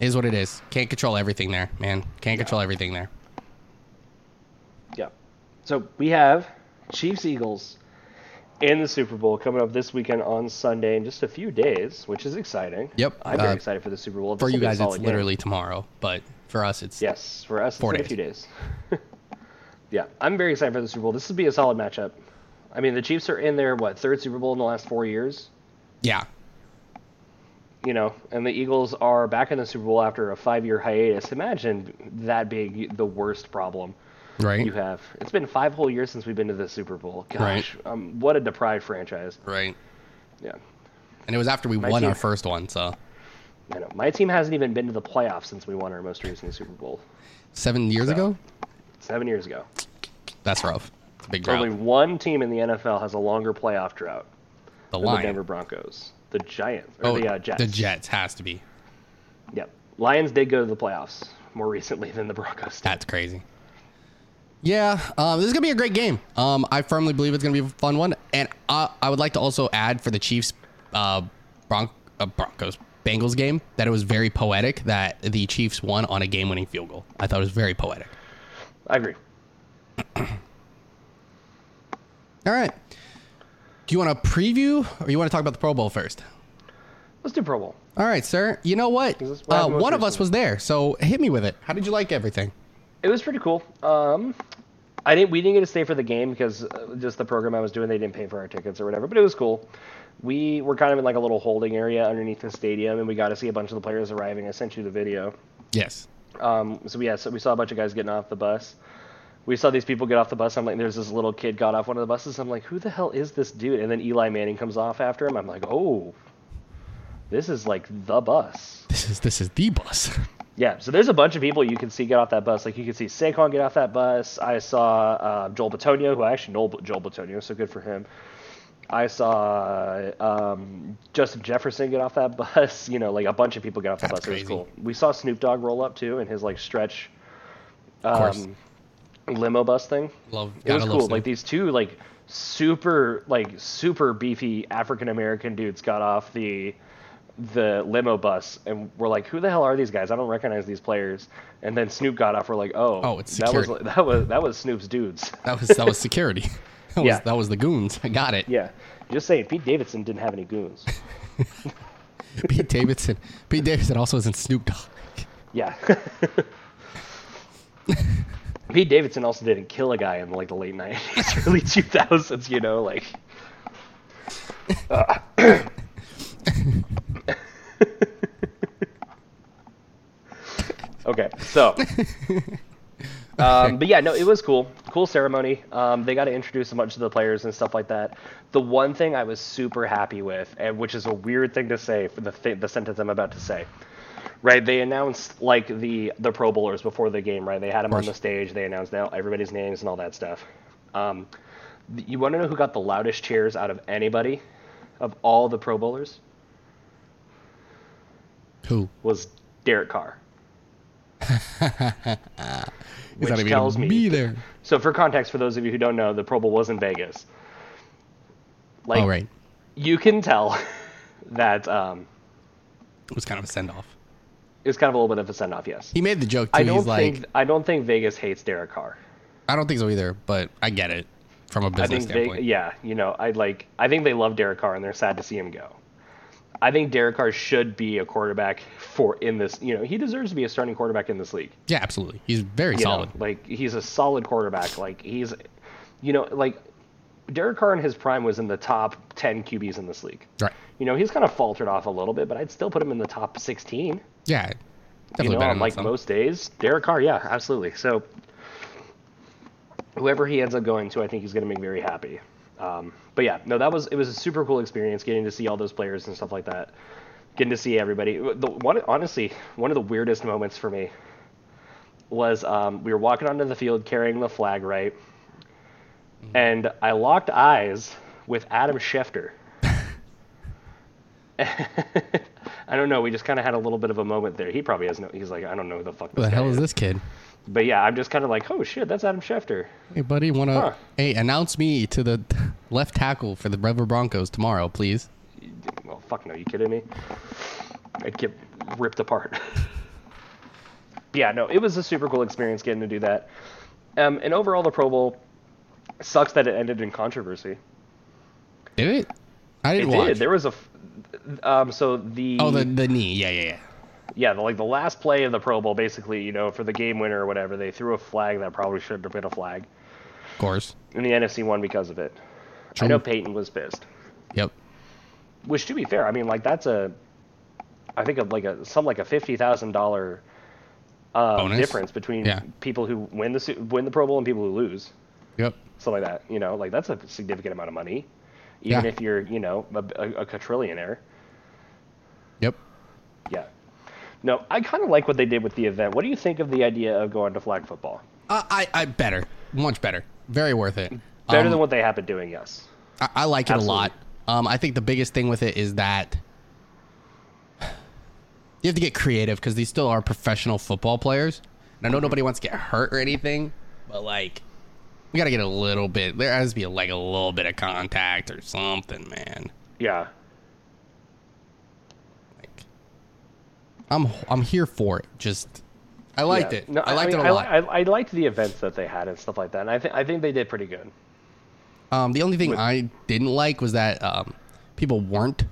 B: is what it is. Can't control everything there, man. Can't control everything there.
C: Yeah. So we have Chiefs Eagles in the Super Bowl coming up this weekend on Sunday in just a few days, which is exciting.
B: Yep,
C: I'm very
B: uh,
C: excited for the Super Bowl. This
B: For
C: will
B: you
C: be a
B: guys, it's
C: solid game.
B: literally tomorrow, but for us, it's
C: Yes, for us,
B: Four
C: it's in a few days. [LAUGHS] yeah, I'm very excited for the Super Bowl. This will be a solid matchup. I mean, the Chiefs are in their what third Super Bowl in the last four years,
B: yeah,
C: you know, and the Eagles are back in the Super Bowl after a five-year hiatus. Imagine that being the worst problem
B: right,
C: you have. It's been five whole years since we've been to the Super Bowl. Gosh, um, what a deprived franchise.
B: right.
C: Yeah,
B: And it was after we won
C: team-
B: our first one, so
C: I know. My team hasn't even been to the playoffs since we won our most recent Super Bowl
B: seven years ago.
C: seven years ago.
B: That's rough. It's a big
C: Only
B: drought.
C: one team in the NFL has a longer playoff drought.
B: The
C: than
B: line.
C: The Denver Broncos. The Giants. Or
B: Oh,
C: the uh, Jets.
B: The Jets has to be.
C: [LAUGHS] Yep. Lions did go to the playoffs more recently than the Broncos did.
B: That's crazy. Yeah, um, this is gonna be a great game. Um, I firmly believe it's gonna be a fun one, and I, I would like to also add for the Chiefs, uh, Bron- uh, Broncos, Bengals game that it was very poetic that the Chiefs won on a game-winning field goal. I thought it was very poetic.
C: I agree.
B: All right, do you want to preview or you want to talk about the Pro Bowl first?
C: Let's do Pro Bowl.
B: All right, sir. You know what?
C: Is this what
B: Uh,
C: happened with
B: one of us
C: recently?
B: was there, so hit me with it. How did you like everything?
C: It was pretty cool. Um, I didn't. We didn't get to stay for the game because uh, just the program I was doing, they didn't pay for our tickets or whatever. But it was cool. We were kind of in like a little holding area underneath the stadium, and we got to see a bunch of the players arriving. I sent you the video.
B: Yes.
C: Um, so we yeah, so we saw a bunch of guys getting off the bus. We saw these people get off the bus. I'm like, there's this little kid got off one of the buses. I'm like, who the hell is this dude? And then Eli Manning comes off after him. I'm like, oh, this is like the bus.
B: This is this is the bus.
C: Yeah, so there's a bunch of people you can see get off that bus. Like you can see Saquon get off that bus. I saw uh, Joel Batonio, who I actually know Joel Batonio, so good for him. I saw um, Justin Jefferson get off that [LAUGHS] bus. You know, like a bunch of people get off that
B: That's
C: bus.
B: crazy.
C: It was cool. We saw Snoop Dogg roll up too in his like stretch
B: course.
C: um, limo bus thing.
B: Love.
C: It was
B: gotta love
C: cool.
B: Snoop.
C: Like these two like super like super beefy African American dudes got off the the limo bus and we're like, who the hell are these guys? I don't recognize these players. And then Snoop got off. We're like, oh,
B: Oh, it's
C: that was
B: security.
C: [LAUGHS] that was that was Snoop's dudes. [LAUGHS]
B: That was that was security. [LAUGHS] That was,
C: Yeah.
B: that was the goons. I got it.
C: Yeah, just saying. Pete Davidson didn't have any goons.
B: [LAUGHS] Pete Davidson. Pete Davidson also isn't Snoop Dogg. [LAUGHS]
C: Yeah. [LAUGHS] Pete Davidson also didn't kill a guy in like the late '90s, [LAUGHS] early 2000s. You know, like uh. [LAUGHS] Okay, so. Um, but yeah, no, it was cool. Cool ceremony. Um, they got to introduce a bunch of the players and stuff like that. The one thing I was super happy with, and which is a weird thing to say for the th- the sentence I'm about to say, right? They announced like the the Pro Bowlers before the game, right? They had them on
B: course.
C: the stage. They announced now everybody's names and all that stuff. Um, th- you want to know who got the loudest cheers out of anybody of all the Pro Bowlers?
B: Who?
C: Was Derek Carr.
B: He's
C: Which
B: even
C: tells
B: gonna
C: me-
B: be there.
C: So for context, for those of you who don't know, the Pro Bowl was in Vegas. Like
B: All right.
C: you can tell [LAUGHS] that um,
B: It was kind of a send off.
C: it was kind of a little bit of a send off. Yes,
B: He made the joke too.
C: I don't
B: He's like,
C: think I don't think Vegas hates Derek Carr.
B: I don't think so either, but I get it from a
C: I
B: business
C: think
B: standpoint.
C: they, yeah, you know, I like I think they love Derek Carr and they're sad to see him go. I think Derek Carr should be a quarterback for in this. You know, he deserves to be a starting quarterback in this league.
B: Yeah, absolutely. He's very
C: you know,
B: solid.
C: like he's a solid quarterback. Like he's, you know, like Derek Carr in his prime was in the top ten QBs in this league.
B: Right.
C: You know, he's kind of faltered off a little bit, but I'd still put him in the top sixteen.
B: Yeah.
C: You
B: Definitely
C: know,
B: better
C: on
B: than
C: like
B: some.
C: most days, Derek Carr, yeah, absolutely. So whoever he ends up going to, I think he's going to make very happy. Um, but yeah, no, that was it was a super cool experience getting to see all those players and stuff like that, getting to see everybody. The one honestly, one of the weirdest moments for me was um, we were walking onto the field carrying the flag, right?
B: Mm-hmm.
C: And I locked eyes with Adam
B: [LAUGHS]
C: Schefter. I don't know. We just kind of had a little bit of a moment there. He probably has no. He's like, I don't know who the fuck.
B: Who
C: this
B: the hell
C: guy
B: is this kid?
C: But yeah, I'm just kind of like, oh shit, that's Adam Schefter.
B: Hey, buddy, want to
C: Huh.
B: hey announce me to the [LAUGHS] left tackle for the River Broncos tomorrow, please?
C: Well, fuck no, you kidding me? I'd get ripped apart. [LAUGHS] yeah, no, it was a super cool experience getting to do that. Um, and overall, the Pro Bowl sucks that it ended in controversy.
B: Did it? I
C: It
B: didn't watch.
C: did. There was a, f- um, so the
B: oh, the the knee. Yeah, yeah, yeah.
C: yeah, the, like the last play of the Pro Bowl, basically, you know, for the game winner or whatever, they threw a flag that probably shouldn't have been a flag,
B: Of course.
C: and the NFC won because of it.
B: True.
C: I know Peyton was pissed.
B: Yep.
C: which to be fair, I mean, like that's a, I think of like a some like a fifty thousand thousand dollar
B: Bonus?
C: difference between
B: Yeah.
C: people who win the Su- win the Pro Bowl and people who lose,
B: Yep.
C: stuff like that. You know, like that's a significant amount of money, even
B: Yeah.
C: if you're you know a, a, a quadrillionaire.
B: Yep.
C: Yeah. No, I kind of like what they did with the event. What do you think of the idea of going to flag football?
B: Uh, I I better, much better, very worth it.
C: Better
B: Um,
C: than what they have been doing, yes.
B: I, I like it
C: Absolutely.
B: a lot. Um, I think the biggest thing with it is that [SIGHS] you have to get creative because these still are professional football players. And I know nobody wants to get hurt or anything, but like We gotta get a little bit. There has to be like a little bit of contact or something, man.
C: Yeah.
B: Like, I'm I'm here for it. Just, I liked
C: Yeah.
B: it.
C: No,
B: I liked
C: mean,
B: it a lot.
C: I, I, I liked the events that they had and stuff like that, and I think I think they did pretty good.
B: Um, the only thing I didn't like was that um, people weren't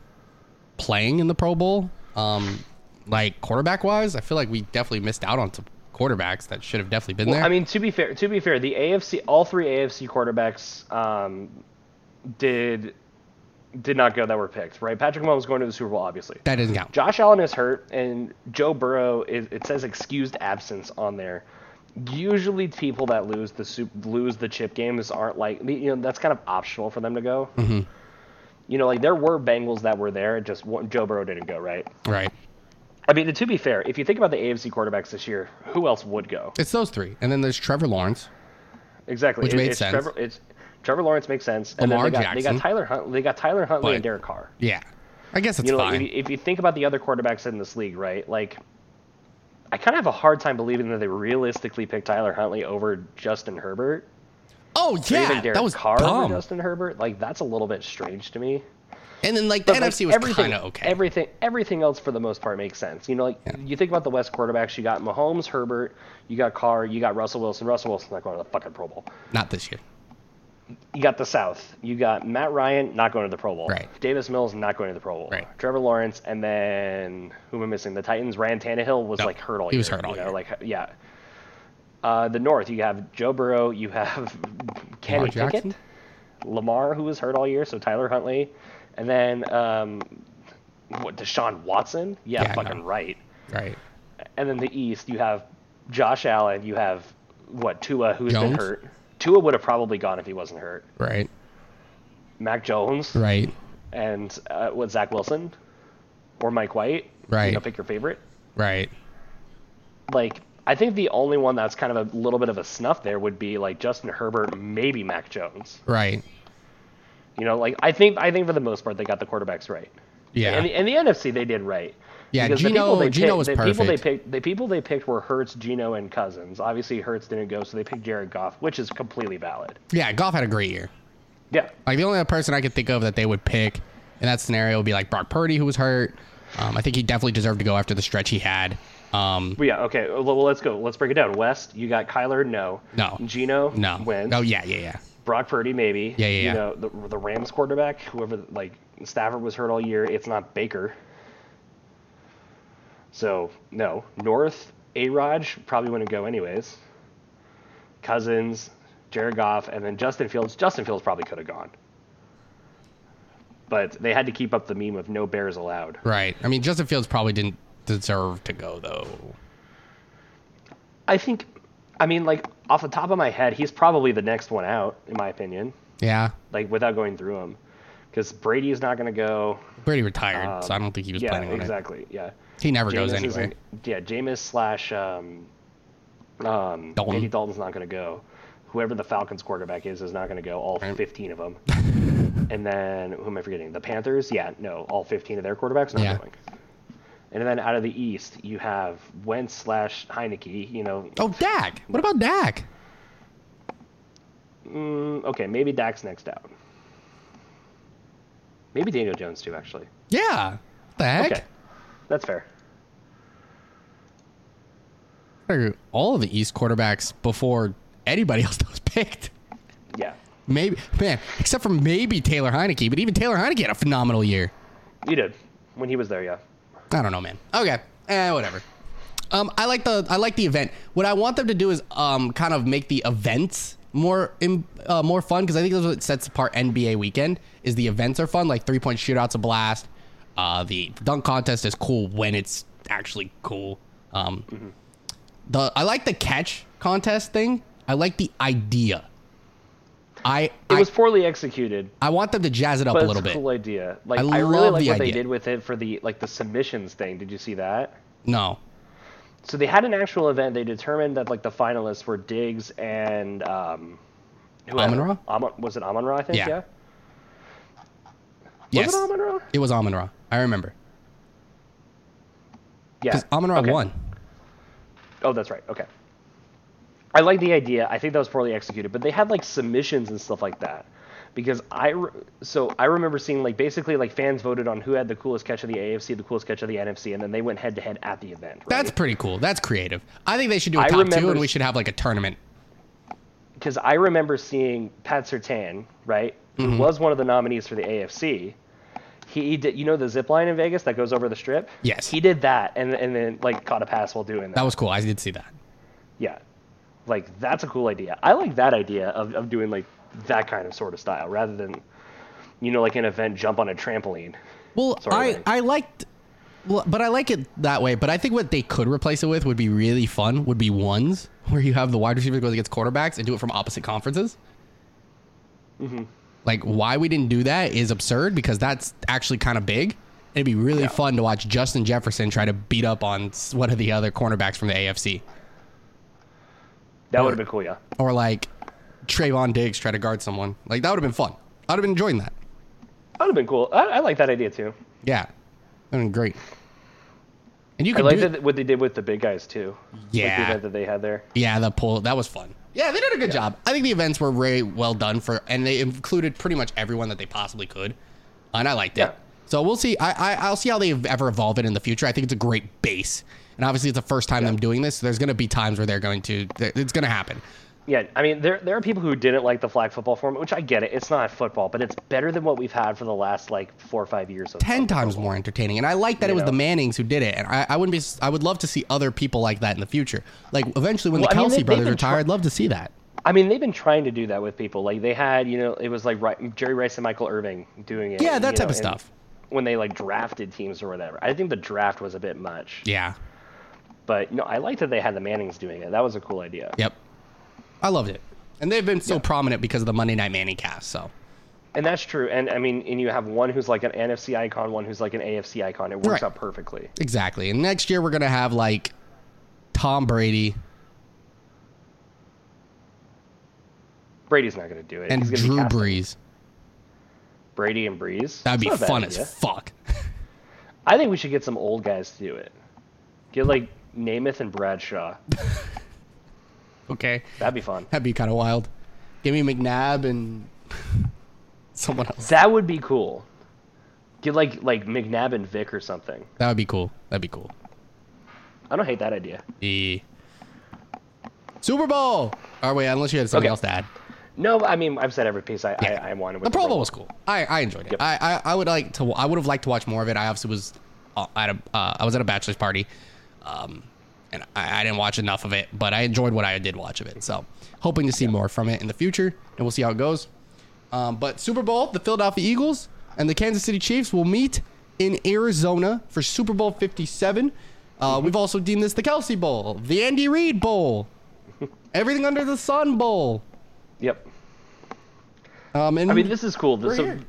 B: playing in the Pro Bowl. Um, like quarterback wise, I feel like we definitely missed out on some quarterbacks that should have definitely been there.
C: I mean, to be fair, to be fair, the AFC, all three AFC quarterbacks um, did did not go that were picked, right? Patrick Mahomes going to the Super Bowl, obviously.
B: that doesn't count.
C: Josh Allen is hurt, and Joe Burrow is. It says excused absence on there. Usually, people that lose the sup- lose the chip games aren't like you know that's kind of optional for them to go.
B: Mm-hmm.
C: You know, like there were Bengals that were there, just one, Joe Burrow didn't go, right?
B: Right.
C: I mean, to be fair, if you think about the AFC quarterbacks this year, who else would go?
B: It's those three, and then there's Trevor Lawrence.
C: Exactly,
B: Which
C: It-
B: made
C: it's
B: sense.
C: Trevor, it's Trevor Lawrence makes sense, and
B: Lamar
C: then they got, they
B: Jackson.
C: got Tyler Hunt, they got Tyler Huntley
B: But-
C: and Derek Carr.
B: Yeah, I guess it's
C: you know,
B: fine.
C: if you, if you think about the other quarterbacks in this league, right? Like, I kind of have a hard time believing that they realistically picked Tyler Huntley over Justin Herbert.
B: oh
C: Or
B: yeah,
C: even Derek
B: that was
C: Carr
B: dumb.
C: over Justin Herbert. Like, that's a little bit strange to me.
B: and then like the
C: But, like,
B: NFC was
C: everything-
B: kind of okay.
C: Everything, everything else for the most part makes sense. You know, like you think about the West quarterbacks, you got Mahomes, Herbert, you got Carr, you got Russell Wilson. Russell Wilson's not going to the fucking Pro Bowl.
B: Not this year.
C: You got the South. You got Matt Ryan not going to the Pro Bowl.
B: Right.
C: Davis Mills not going to the Pro Bowl.
B: Right.
C: Trevor Lawrence and then who am I missing? The Titans. Ryan Tannehill was
B: No,
C: like hurt all year.
B: he was hurt all
C: you know,
B: year.
C: Like yeah. Uh, the North. You have Joe Burrow. You have [LAUGHS] Kenny
B: Jackson?
C: Pickett, Lamar, who was hurt all year. So Tyler Huntley, and then um, what? Deshaun Watson. Yeah,
B: Yeah, I
C: fucking
B: know.
C: right.
B: Right.
C: And then the East. You have Josh Allen. You have what? Tua, who's been
B: Jones?
C: hurt. Tua would have probably gone if he wasn't hurt.
B: Right.
C: Mac Jones
B: Right.
C: and uh, what Zach Wilson or Mike White.
B: Right.
C: You know, pick your favorite.
B: Right.
C: Like, I think the only one that's kind of a little bit of a snuff there would be like Justin Herbert, maybe Mac Jones.
B: Right.
C: You know, like I think I think for the most part they got the quarterbacks right.
B: Yeah.
C: And the, and the NFC they did right.
B: Yeah,
C: Because the people
B: Geno-
C: they
B: Geno
C: picked-
B: was
C: the People they
B: perfect.
C: picked, the people they picked were Hertz, Geno, and Cousins. Obviously, Hertz didn't go, so they picked Jared Goff, which is completely valid.
B: yeah. Goff had a great year.
C: Yeah,
B: Like the only other person I could think of that they would pick in that scenario would be like Brock Purdy, who was hurt. Um, I think he definitely deserved to go after the stretch he had. Um,
C: But yeah, okay. Well, well, let's go. Let's break it down. West, you got Kyler, no.
B: No.
C: Gino,
B: no.
C: Wins.
B: Oh yeah, yeah, yeah.
C: Brock Purdy, maybe.
B: Yeah, yeah,
C: You
B: yeah.
C: know, the, the Rams quarterback, whoever, like, Stafford was hurt all year. It's not Baker. So, no. North, A Raj, probably wouldn't go anyways. Cousins, Jared Goff, and then Justin Fields. Justin Fields probably could have gone. But they had to keep up the meme of no Bears allowed.
B: Right. I mean, Justin Fields probably didn't deserve to go though.
C: I think, I mean, like, off the top of my head, he's probably the next one out, in my opinion,
B: Yeah.
C: like, without going through him. Because Brady's not going to go.
B: Brady retired, so I don't think he was
C: Um, Yeah,
B: planning on
C: exactly. Yeah.
B: it. He never goes
C: Jameis
B: anywhere.
C: isn't- Yeah, Jameis slash um, um,
B: Dalton.
C: Andy Dalton's not going to go. Whoever the Falcons quarterback is is not going to go. All 15 of
B: [LAUGHS]
C: them. and then who am I forgetting? The Panthers? Yeah, no, all 15 of their quarterbacks not
B: Yeah.
C: going. And then out of the East, you have Wentz slash Heineke. You know,
B: Oh, Dak. What about Dak?
C: mm, okay, maybe Dak's next out. Maybe Daniel Jones too, actually.
B: Yeah. What the heck?
C: Okay, that's fair.
B: Or All of the East quarterbacks before anybody [LAUGHS] else was picked.
C: Yeah,
B: Maybe, man, except for maybe Taylor Heineke, but even Taylor Heineke had a phenomenal year.
C: you did when he was there. Yeah.
B: I don't know, man. Okay, eh, whatever. Um, I like the I like the event. What I want them to do is um, kind of make the events more im- uh, more fun because I think that's what sets apart NBA weekend is the events are fun. Like three point shootouts a blast. Uh, the dunk contest is cool when it's actually cool. Um, The I like the catch contest thing. I like the idea. I
C: It
B: I,
C: was poorly executed,
B: I want them to jazz it up
C: but
B: a
C: it's
B: little
C: a
B: bit.
C: cool idea. Like
B: I
C: I,
B: love
C: really like
B: the
C: what they
B: idea.
C: did with it for the like the submissions thing. Did you see that?
B: No,
C: So they had an actual event. They determined that like the finalists were Diggs and um, whoever.
B: Amon-Ra?
C: Amon- was it Amon Ra? I think.
B: Yeah.
C: Yeah.
B: yes,
C: Was it Amon Ra?
B: it was Amon Ra. I remember
C: Yeah.
B: because Amon Ra
C: Okay.
B: won.
C: Oh, that's right. Okay. I like the idea. I think that was poorly executed, but they had like submissions and stuff like that. Because I re- so I remember seeing like basically like fans voted on who had the coolest catch of the AFC, the coolest catch of the NFC, and then they went head to head at the event. Right?
B: That's pretty cool. That's creative. I think they should do a
C: I
B: top two,
C: remember-
B: and we should have like a tournament.
C: because I remember seeing Pat Sertan, right,
B: Mm-hmm.
C: who was one of the nominees for the AFC. He did, you know, the zip line in Vegas that goes over the strip.
B: Yes.
C: he did that, and and then like caught a pass while doing that.
B: That was cool. I did see that.
C: yeah, like that's a cool idea. I like that idea of of doing like that kind of sort of style rather than, you know, like an event jump on a trampoline.
B: Well,
C: Sorry,
B: I
C: Lenny.
B: I liked, well, but I like it that way. But I think what they could replace it with would be really fun. Would be ones where you have the wide receiver goes against quarterbacks and do it from opposite conferences.
C: Mm-hmm.
B: Like why we didn't do that is absurd because that's actually kind of big. It'd be really fun to watch Justin Jefferson try to beat up on s- one of the other cornerbacks from the AFC,
C: That would have been cool, yeah.
B: or like Trayvon Diggs try to guard someone. Like that would have been fun. I'd have been enjoying that.
C: That would have been cool. I, I like that idea too.
B: Yeah, that'd been great. And you
C: I
B: could
C: like
B: do,
C: that what they did with the big guys too. like the
B: Yeah.
C: event that they had there.
B: Yeah, the poll that was fun. Yeah, they did a good job. I think the events were very well done for, and they included pretty much everyone that they possibly could, and I liked it.
C: Yeah.
B: So we'll see. I, I I'll see how they ever evolve it in the future. I think it's a great base, and obviously it's the first time them doing this. So there's going to be times where they're going to. th- It's going to happen.
C: Yeah, I mean, there there are people who didn't like the flag football format, which I get it. It's not football, but it's better than what we've had for the last like four or five years. Of
B: Ten times more entertaining, and I like that it was
C: Yeah.
B: the Mannings who did it, and I, I wouldn't be. s- I would love to see other people like that in the future. Like eventually, when
C: Well,
B: the
C: I mean,
B: Kelsey
C: they- they've
B: brothers
C: been
B: retire,
C: try-
B: I'd love to see that.
C: I mean, they've been trying to do that with people. Like they had, you know, it was like Ri- Jerry Rice and Michael Irving doing it.
B: Yeah, that
C: you
B: type
C: know,
B: of
C: and
B: stuff.
C: When they like drafted teams or whatever, I think the draft was a bit much.
B: Yeah.
C: But no, I like that they had the Mannings doing it. That was a cool idea.
B: Yep. I loved it, and they've been so prominent because of the Monday Night Manning cast. So.
C: And that's true. And I mean, and you have one who's like an NFC icon, one who's like an AFC icon. It works
B: Right.
C: out perfectly.
B: Exactly. And next year we're gonna have like Tom Brady
C: Brady's not going to do it.
B: and
C: He's gonna be
B: Drew
C: casting
B: Breeze.
C: Brady and Breeze.
B: That'd
C: It's
B: be
C: not a bad
B: fun
C: idea.
B: as fuck. [LAUGHS]
C: I think we should get some old guys to do it. Get like Namath and Bradshaw.
B: okay.
C: That'd
B: [LAUGHS]
C: be fun.
B: That'd be kind of wild. Give me McNabb and [LAUGHS] someone else.
C: That would be cool. Get like like McNabb and Vic or something.
B: That would be cool. That'd be cool.
C: I don't hate that idea.
B: The Super Bowl. Or wait, unless you had something
C: Okay.
B: else to add.
C: No, I mean I've said every piece I I, I wanted.
B: The
C: With
B: Pro Bowl was cool. I, I enjoyed it.
C: Yep.
B: I, I, I would like to. I would have liked to watch more of it. I obviously was uh, at a uh, I was at a bachelor's party, um, and I, I didn't watch enough of it, but I enjoyed what I did watch of it. So hoping to see more from it in the future, and we'll see how it goes. Um, but Super Bowl, the Philadelphia Eagles and the Kansas City Chiefs will meet in Arizona for Super Bowl Fifty Seven. Uh,
C: Mm-hmm.
B: we've also deemed this the Kelsey Bowl, the Andy Reid
C: [LAUGHS]
B: Bowl, everything under the sun bowl.
C: Yep.
B: Um, and
C: I mean this is cool. This,
B: We're here.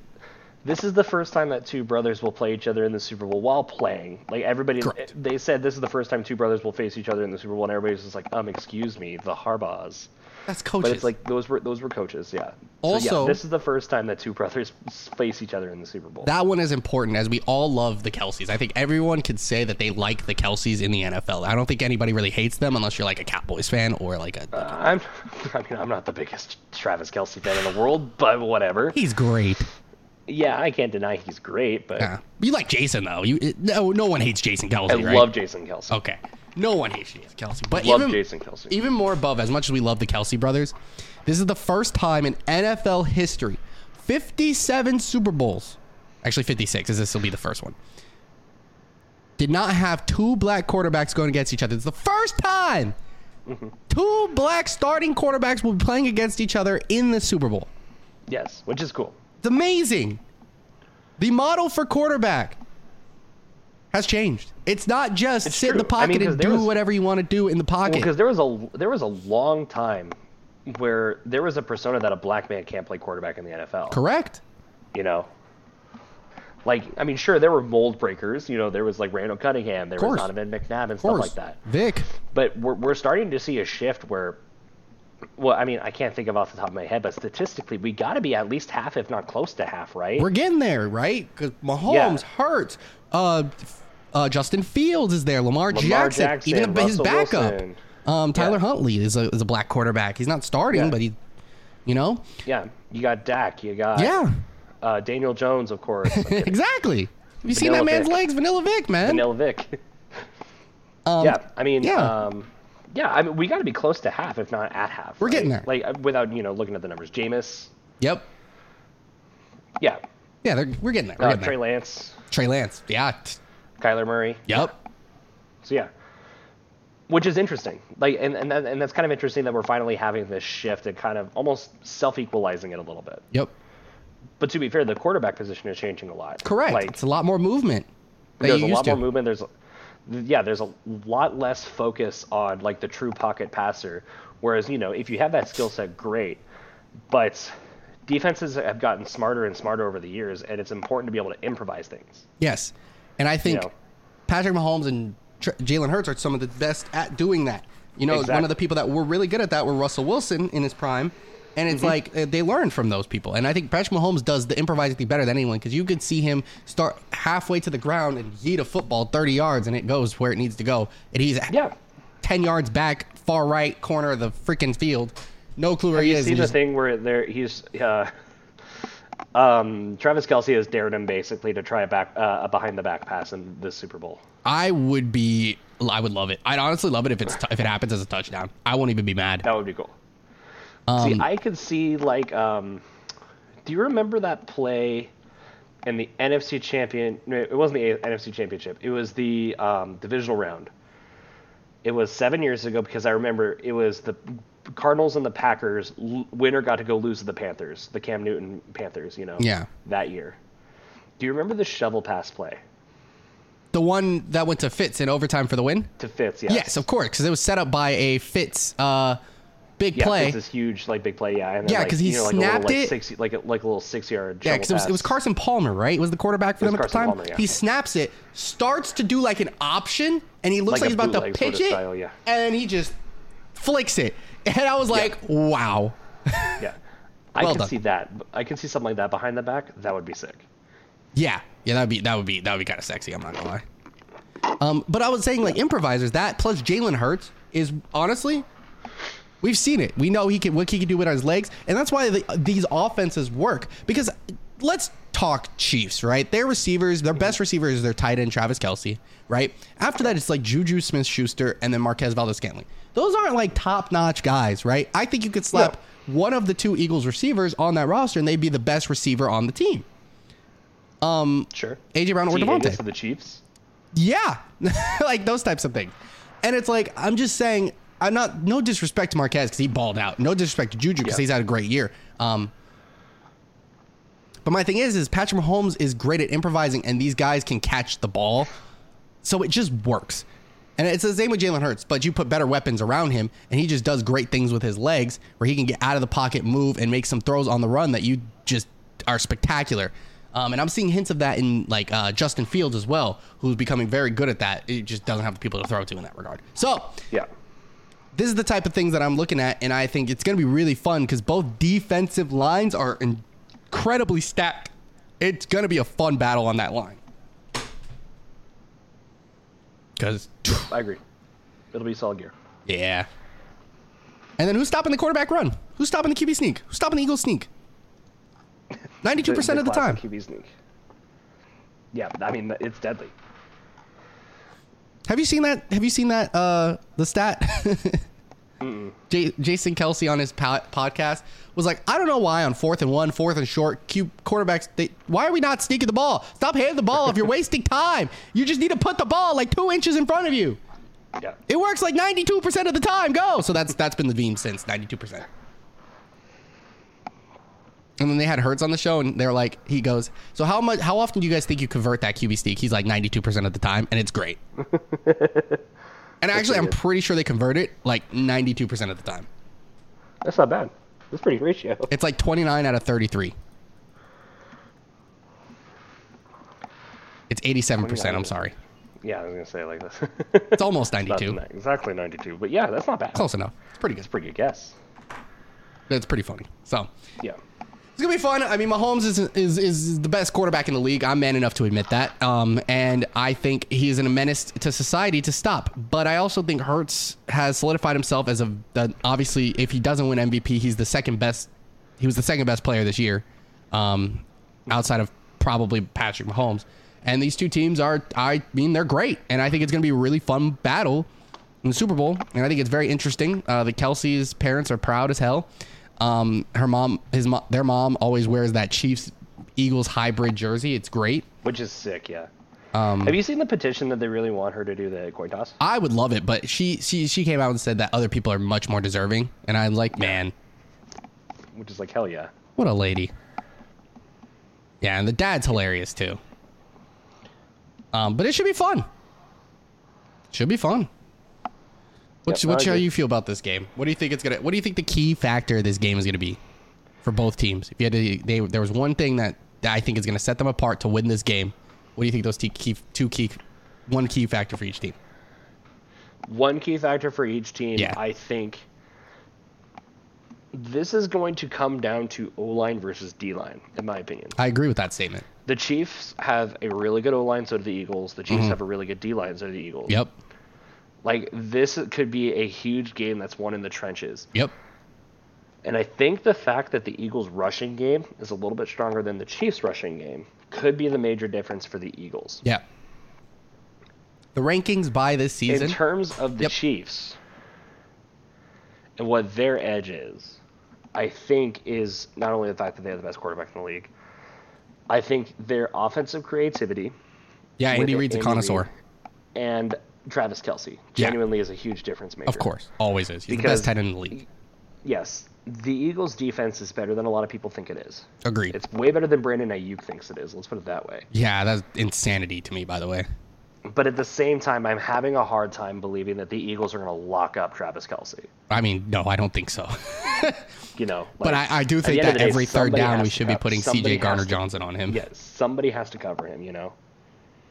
C: this is the first time that two brothers will play each other in the Super Bowl while playing. Like everybody,
B: Correct.
C: they said this is the first time two brothers will face each other in the Super Bowl, and everybody's just like, um, excuse me, the Harbaughs.
B: that's coaches.
C: But it's like those were those were coaches, yeah. so,
B: Also-
C: yeah, this is the first time that two brothers s- face each other in the Super Bowl.
B: That one is important as we all love the Kelseys. I think everyone could say that they like the Kelseys in the NFL. I don't think anybody really hates them unless you're like a Cowboys fan or like a.
C: I'm, [LAUGHS] I mean, I'm not the biggest Travis Kelsey fan in the world, but whatever.
B: he's great.
C: Yeah, I can't deny he's great, but
B: Yeah. You like Jason though. You it- no no one hates Jason Kelsey.
C: I
B: right? Oh.
C: love Jason Kelsey.
B: Okay. No one hates Jason Kelsey. But
C: Love
B: even,
C: Jason Kelce.
B: Even more above, as much as we love the Kelsey brothers, this is the first time in NFL history, 57 Super Bowls, actually 56, as this will be the first one, did not have two black quarterbacks going against each other. It's the first time
C: Mm-hmm.
B: two black starting quarterbacks will be playing against each other in the Super Bowl.
C: Yes, which is cool.
B: It's amazing. The model for quarterback has changed. It's not just sit in
C: true.
B: the
C: I
B: pocket
C: mean, 'cause
B: and
C: there
B: do
C: was-
B: whatever you want to do in the pocket.
C: Because there was a there was a long time where there was a persona that a black man can't play quarterback in the NFL.
B: Correct.
C: You know. Like, I mean, sure, there were mold breakers. You know, there was like Randall Cunningham, there
B: Course.
C: was Donovan McNabb, and
B: Of
C: stuff
B: course.
C: like that.
B: Vic.
C: but we're, we're starting to see a shift where well i mean i can't think of off the top of my head but statistically we got to be at least half if not close to half right
B: We're getting there, right? Because Mahomes
C: Yeah.
B: hurts. Uh, uh, Justin Fields is there. Lamar,
C: Lamar
B: Jackson, even
C: Jackson,
B: his
C: Russell
B: backup.
C: Wilson.
B: Um, Tyler Huntley is a, is a black quarterback. He's not starting,
C: Yeah.
B: but he, you know,
C: Yeah, you got Dak. You got [LAUGHS]
B: yeah,
C: uh, Daniel Jones,
B: [LAUGHS]
C: of course.
B: exactly. Have you seen that
C: Vanilla
B: man's
C: Vic.
B: legs, Vanilla Vic, man?
C: Vanilla [LAUGHS] Vic.
B: Um,
C: yeah, I mean,
B: yeah.
C: um, yeah, I mean, we got to be close to half, if not at half.
B: We're
C: right?
B: getting there.
C: Like uh, without you know looking at the numbers, Jameis.
B: Yep.
C: Yeah,
B: Yeah, they're, we're getting there. We're
C: uh,
B: getting there.
C: Trey Lance,
B: Trey Lance. Yeah. t-
C: Kyler Murray.
B: Yep.
C: So yeah, which is interesting. Like, and and that, and that's kind of interesting that we're finally having this shift and kind of almost self-equalizing it a little bit.
B: Yep.
C: But to be fair, the quarterback position is changing a lot.
B: Correct.
C: Like,
B: it's a lot more movement. that
C: there's
B: you
C: a
B: used
C: lot
B: to.
C: more movement. There's, yeah, there's a lot less focus on like the true pocket passer. Whereas you know, if you have that skill set, great. But defenses have gotten smarter and smarter over the years, and it's important to be able to improvise things.
B: Yes, and I think
C: know.
B: Patrick Mahomes and Tr- Jalen Hurts are some of the best at doing that. You know, one
C: Exactly.
B: of the people that were really good at that were Russell Wilson in his prime, and
C: Mm-hmm.
B: it's like uh, they learned from those people. And I think Patrick Mahomes does the improvising thing better than anyone because you could see him start halfway to the ground and yeet a football thirty yards, and it goes where it needs to go, and he's
C: Yeah.
B: ten yards back, far right corner of the freaking field, no clue where he
C: You
B: is.
C: see
B: and
C: the
B: just-
C: thing where there he's. Uh, um, Travis Kelsey has dared him basically to try a back uh, a behind the back pass in the Super Bowl.
B: I would be, I would love it. I'd honestly love it if it's t- if it happens as a touchdown. I won't even be mad.
C: That would be cool.
B: Um,
C: see, I could see like, um, do you remember that play in the NFC champion? No, it wasn't the NFC championship. It was the um, divisional round. It was seven years ago because I remember it was the Cardinals and the Packers. l- Winner got to go lose to the Panthers, the Cam Newton Panthers. You know,
B: Yeah.
C: that year. Do you remember the shovel pass play
B: The one that went to Fitz in overtime for the win?
C: to Fitz?
B: Yes, of course, because it was set up by a Fitz uh, big
C: Yeah,
B: play.
C: Fitz is huge, like big play. Yeah, and then,
B: Yeah,
C: like,
B: 'cause he
C: you know, like
B: snapped
C: a little,
B: it.
C: like, six, like a, like a little six-yard.
B: yeah,
C: shovel
B: because it was, it was
C: pass.
B: Carson Palmer, right? Was the quarterback for
C: It was
B: them at the time?
C: Carson Palmer, yeah.
B: He snaps it, starts to do like an option, and he looks
C: Like
B: like,
C: a
B: he's about to
C: bootleg
B: pitch
C: sort of
B: it,
C: style, yeah.
B: and he just flicks it. And I was like, wow.
C: Yeah. I
B: Well
C: can
B: done.
C: see that. I can see something like that behind the back. That would be sick.
B: Yeah, yeah, that'd be that would be that would be kind of sexy. I'm not gonna lie. Um, but I was saying like improvisers that plus Jalen Hurts is honestly, we've seen it. We know he can what he can do with his legs, and that's why the, these offenses work. Because let's talk Chiefs, right? Their receivers, their best receiver is their tight end Travis Kelsey, right? After that, it's like Juju Smith Schuster and then Marquez Valdez Scantling. Those aren't like top notch guys, right? I think you could slap one of the two Eagles receivers on that roster, and they'd be the best receiver on the team.
C: Sure.
B: AJ Brown or
C: T. Higgins
B: Devontae.
C: to the Chiefs.
B: Yeah, [LAUGHS] like those types of things. And it's like I'm just saying, I'm not no disrespect to Marquez because he balled out. No disrespect to Juju because
C: Yeah.
B: he's had a great year. Um, but my thing is, is Patrick Mahomes is great at improvising, and these guys can catch the ball, so it just works. And it's the same with Jalen Hurts, but you put better weapons around him, and he just does great things with his legs, where he can get out of the pocket, move, and make some throws on the run that you just are spectacular. Um, and I'm seeing hints of that in like uh, Justin Fields as well, who's becoming very good at that. He just doesn't have the people to throw to in that regard. So
C: Yeah.
B: this is the type of things that I'm looking at, and I think it's going to be really fun because both defensive lines are incredibly stacked. It's going to be a fun battle on that line. Because,
C: I agree. It'll be solid gear.
B: [SIGHS] yeah. And then who's stopping the quarterback run? Who's stopping the QB sneak? Who's stopping the Eagles sneak? 92% of the time.
C: classic QB sneak. Yeah, I mean it's deadly.
B: Have you seen that? Have you seen that? Uh, the stat. [LAUGHS] J- Jason Kelsey on his po- podcast was like, I don't know why on fourth and one, fourth and short, Q quarterbacks. They, why are we not sneaking the ball? Stop handing the ball off. You're wasting time. You just need to put the ball like two inches in front of you.
C: Yeah.
B: It works like 92 percent of the time. Go. So that's that's been the meme since 92 percent. And then they had Hertz on the show, and they're like, he goes, so how much, how often do you guys think you convert that QB sneak? He's like 92 percent of the time, and it's great. and actually, I'm
C: good.
B: pretty sure they convert it like 92 percent of the time.
C: That's not bad. That's pretty good ratio.
B: It's like 29 out of 33. It's 87 percent. I'm sorry,
C: [LAUGHS] Yeah, I was gonna say like this.
B: it's almost
C: [LAUGHS] Not
B: 92.
C: tonight. exactly ninety-two. But yeah, that's not bad.
B: Close enough. It's pretty good.
C: Pretty good guess.
B: That's pretty funny. So.
C: Yeah.
B: It's gonna be fun. I mean, Mahomes is, is is the best quarterback in the league. I'm man enough to admit that. Um, and I think he is a menace to society to stop. But I also think Hertz has solidified himself as a that obviously if he doesn't win MVP, he's the second best. He was the second best player this year, um, outside of probably Patrick Mahomes. And these two teams are, I mean, they're great. And I think it's gonna be a really fun battle in the Super Bowl, and I think it's very interesting. Uh, the Kelsey's parents are proud as hell. Um, her mom, his mom, their mom always wears that Chiefs Eagles hybrid jersey. It's great.
C: which is sick. Yeah. Have you seen the petition that they really want her to do the coin toss?
B: Um, I would love it, but she she she came out and said that other people are much more deserving, and I'm like, man,
C: Which is like hell yeah.
B: what a lady. Yeah, and the dad's hilarious too. Um, but it should be fun. Should be fun. What's
C: Yep, I
B: what's how
C: agree.
B: you feel about this game? What do you think it's gonna? What do you think the key factor of this game is gonna be for both teams? If you had to, they, there was one thing that, that I think is gonna set them apart to win this game. What do you think those two key, two key, one key factor for each team?
C: one key factor for each team.
B: Yeah.
C: I think this is going to come down to O line versus D line, in my opinion.
B: I agree with that statement.
C: The Chiefs have a really good O line, so do the Eagles. The Chiefs have a really good D line, so do the Eagles.
B: Mm-hmm. Yep,
C: Like this could be a huge game that's won in the trenches.
B: yep.
C: And I think the fact that the Eagles rushing game is a little bit stronger than the Chiefs rushing game could be the major difference for the Eagles.
B: Yeah. The rankings by this
C: In
B: season.
C: terms of the
B: Yep.
C: Chiefs and what their edge is, I think is not only the fact that they have the best quarterback in the league. I think their offensive creativity
B: yeah, Andy
C: with
B: Reid's a
C: Andy
B: connoisseur.
C: Reid and Travis Kelsey
B: Yeah.
C: genuinely is a huge difference maker.
B: Of course, always is. He's the
C: Because-
B: best tight end in the league.
C: Yes, the Eagles' defense is better than a lot of people think it is.
B: Agreed.
C: It's way better than Brandon Ayuk thinks it is. Let's put it that way.
B: yeah, that's insanity to me, by the way.
C: But at the same time, I'm having a hard time believing that the Eagles are going to lock up Travis Kelsey.
B: I mean, no, I don't think so.
C: You know, like,
B: [LAUGHS] but I, I do
C: at
B: think
C: the end of
B: that
C: the day,
B: every third
C: somebody
B: down
C: has
B: we
C: to
B: should be
C: co-
B: putting
C: somebody
B: C.J.
C: has to-
B: Garner-Johnson on him.
C: Yeah, somebody has to cover him. You know,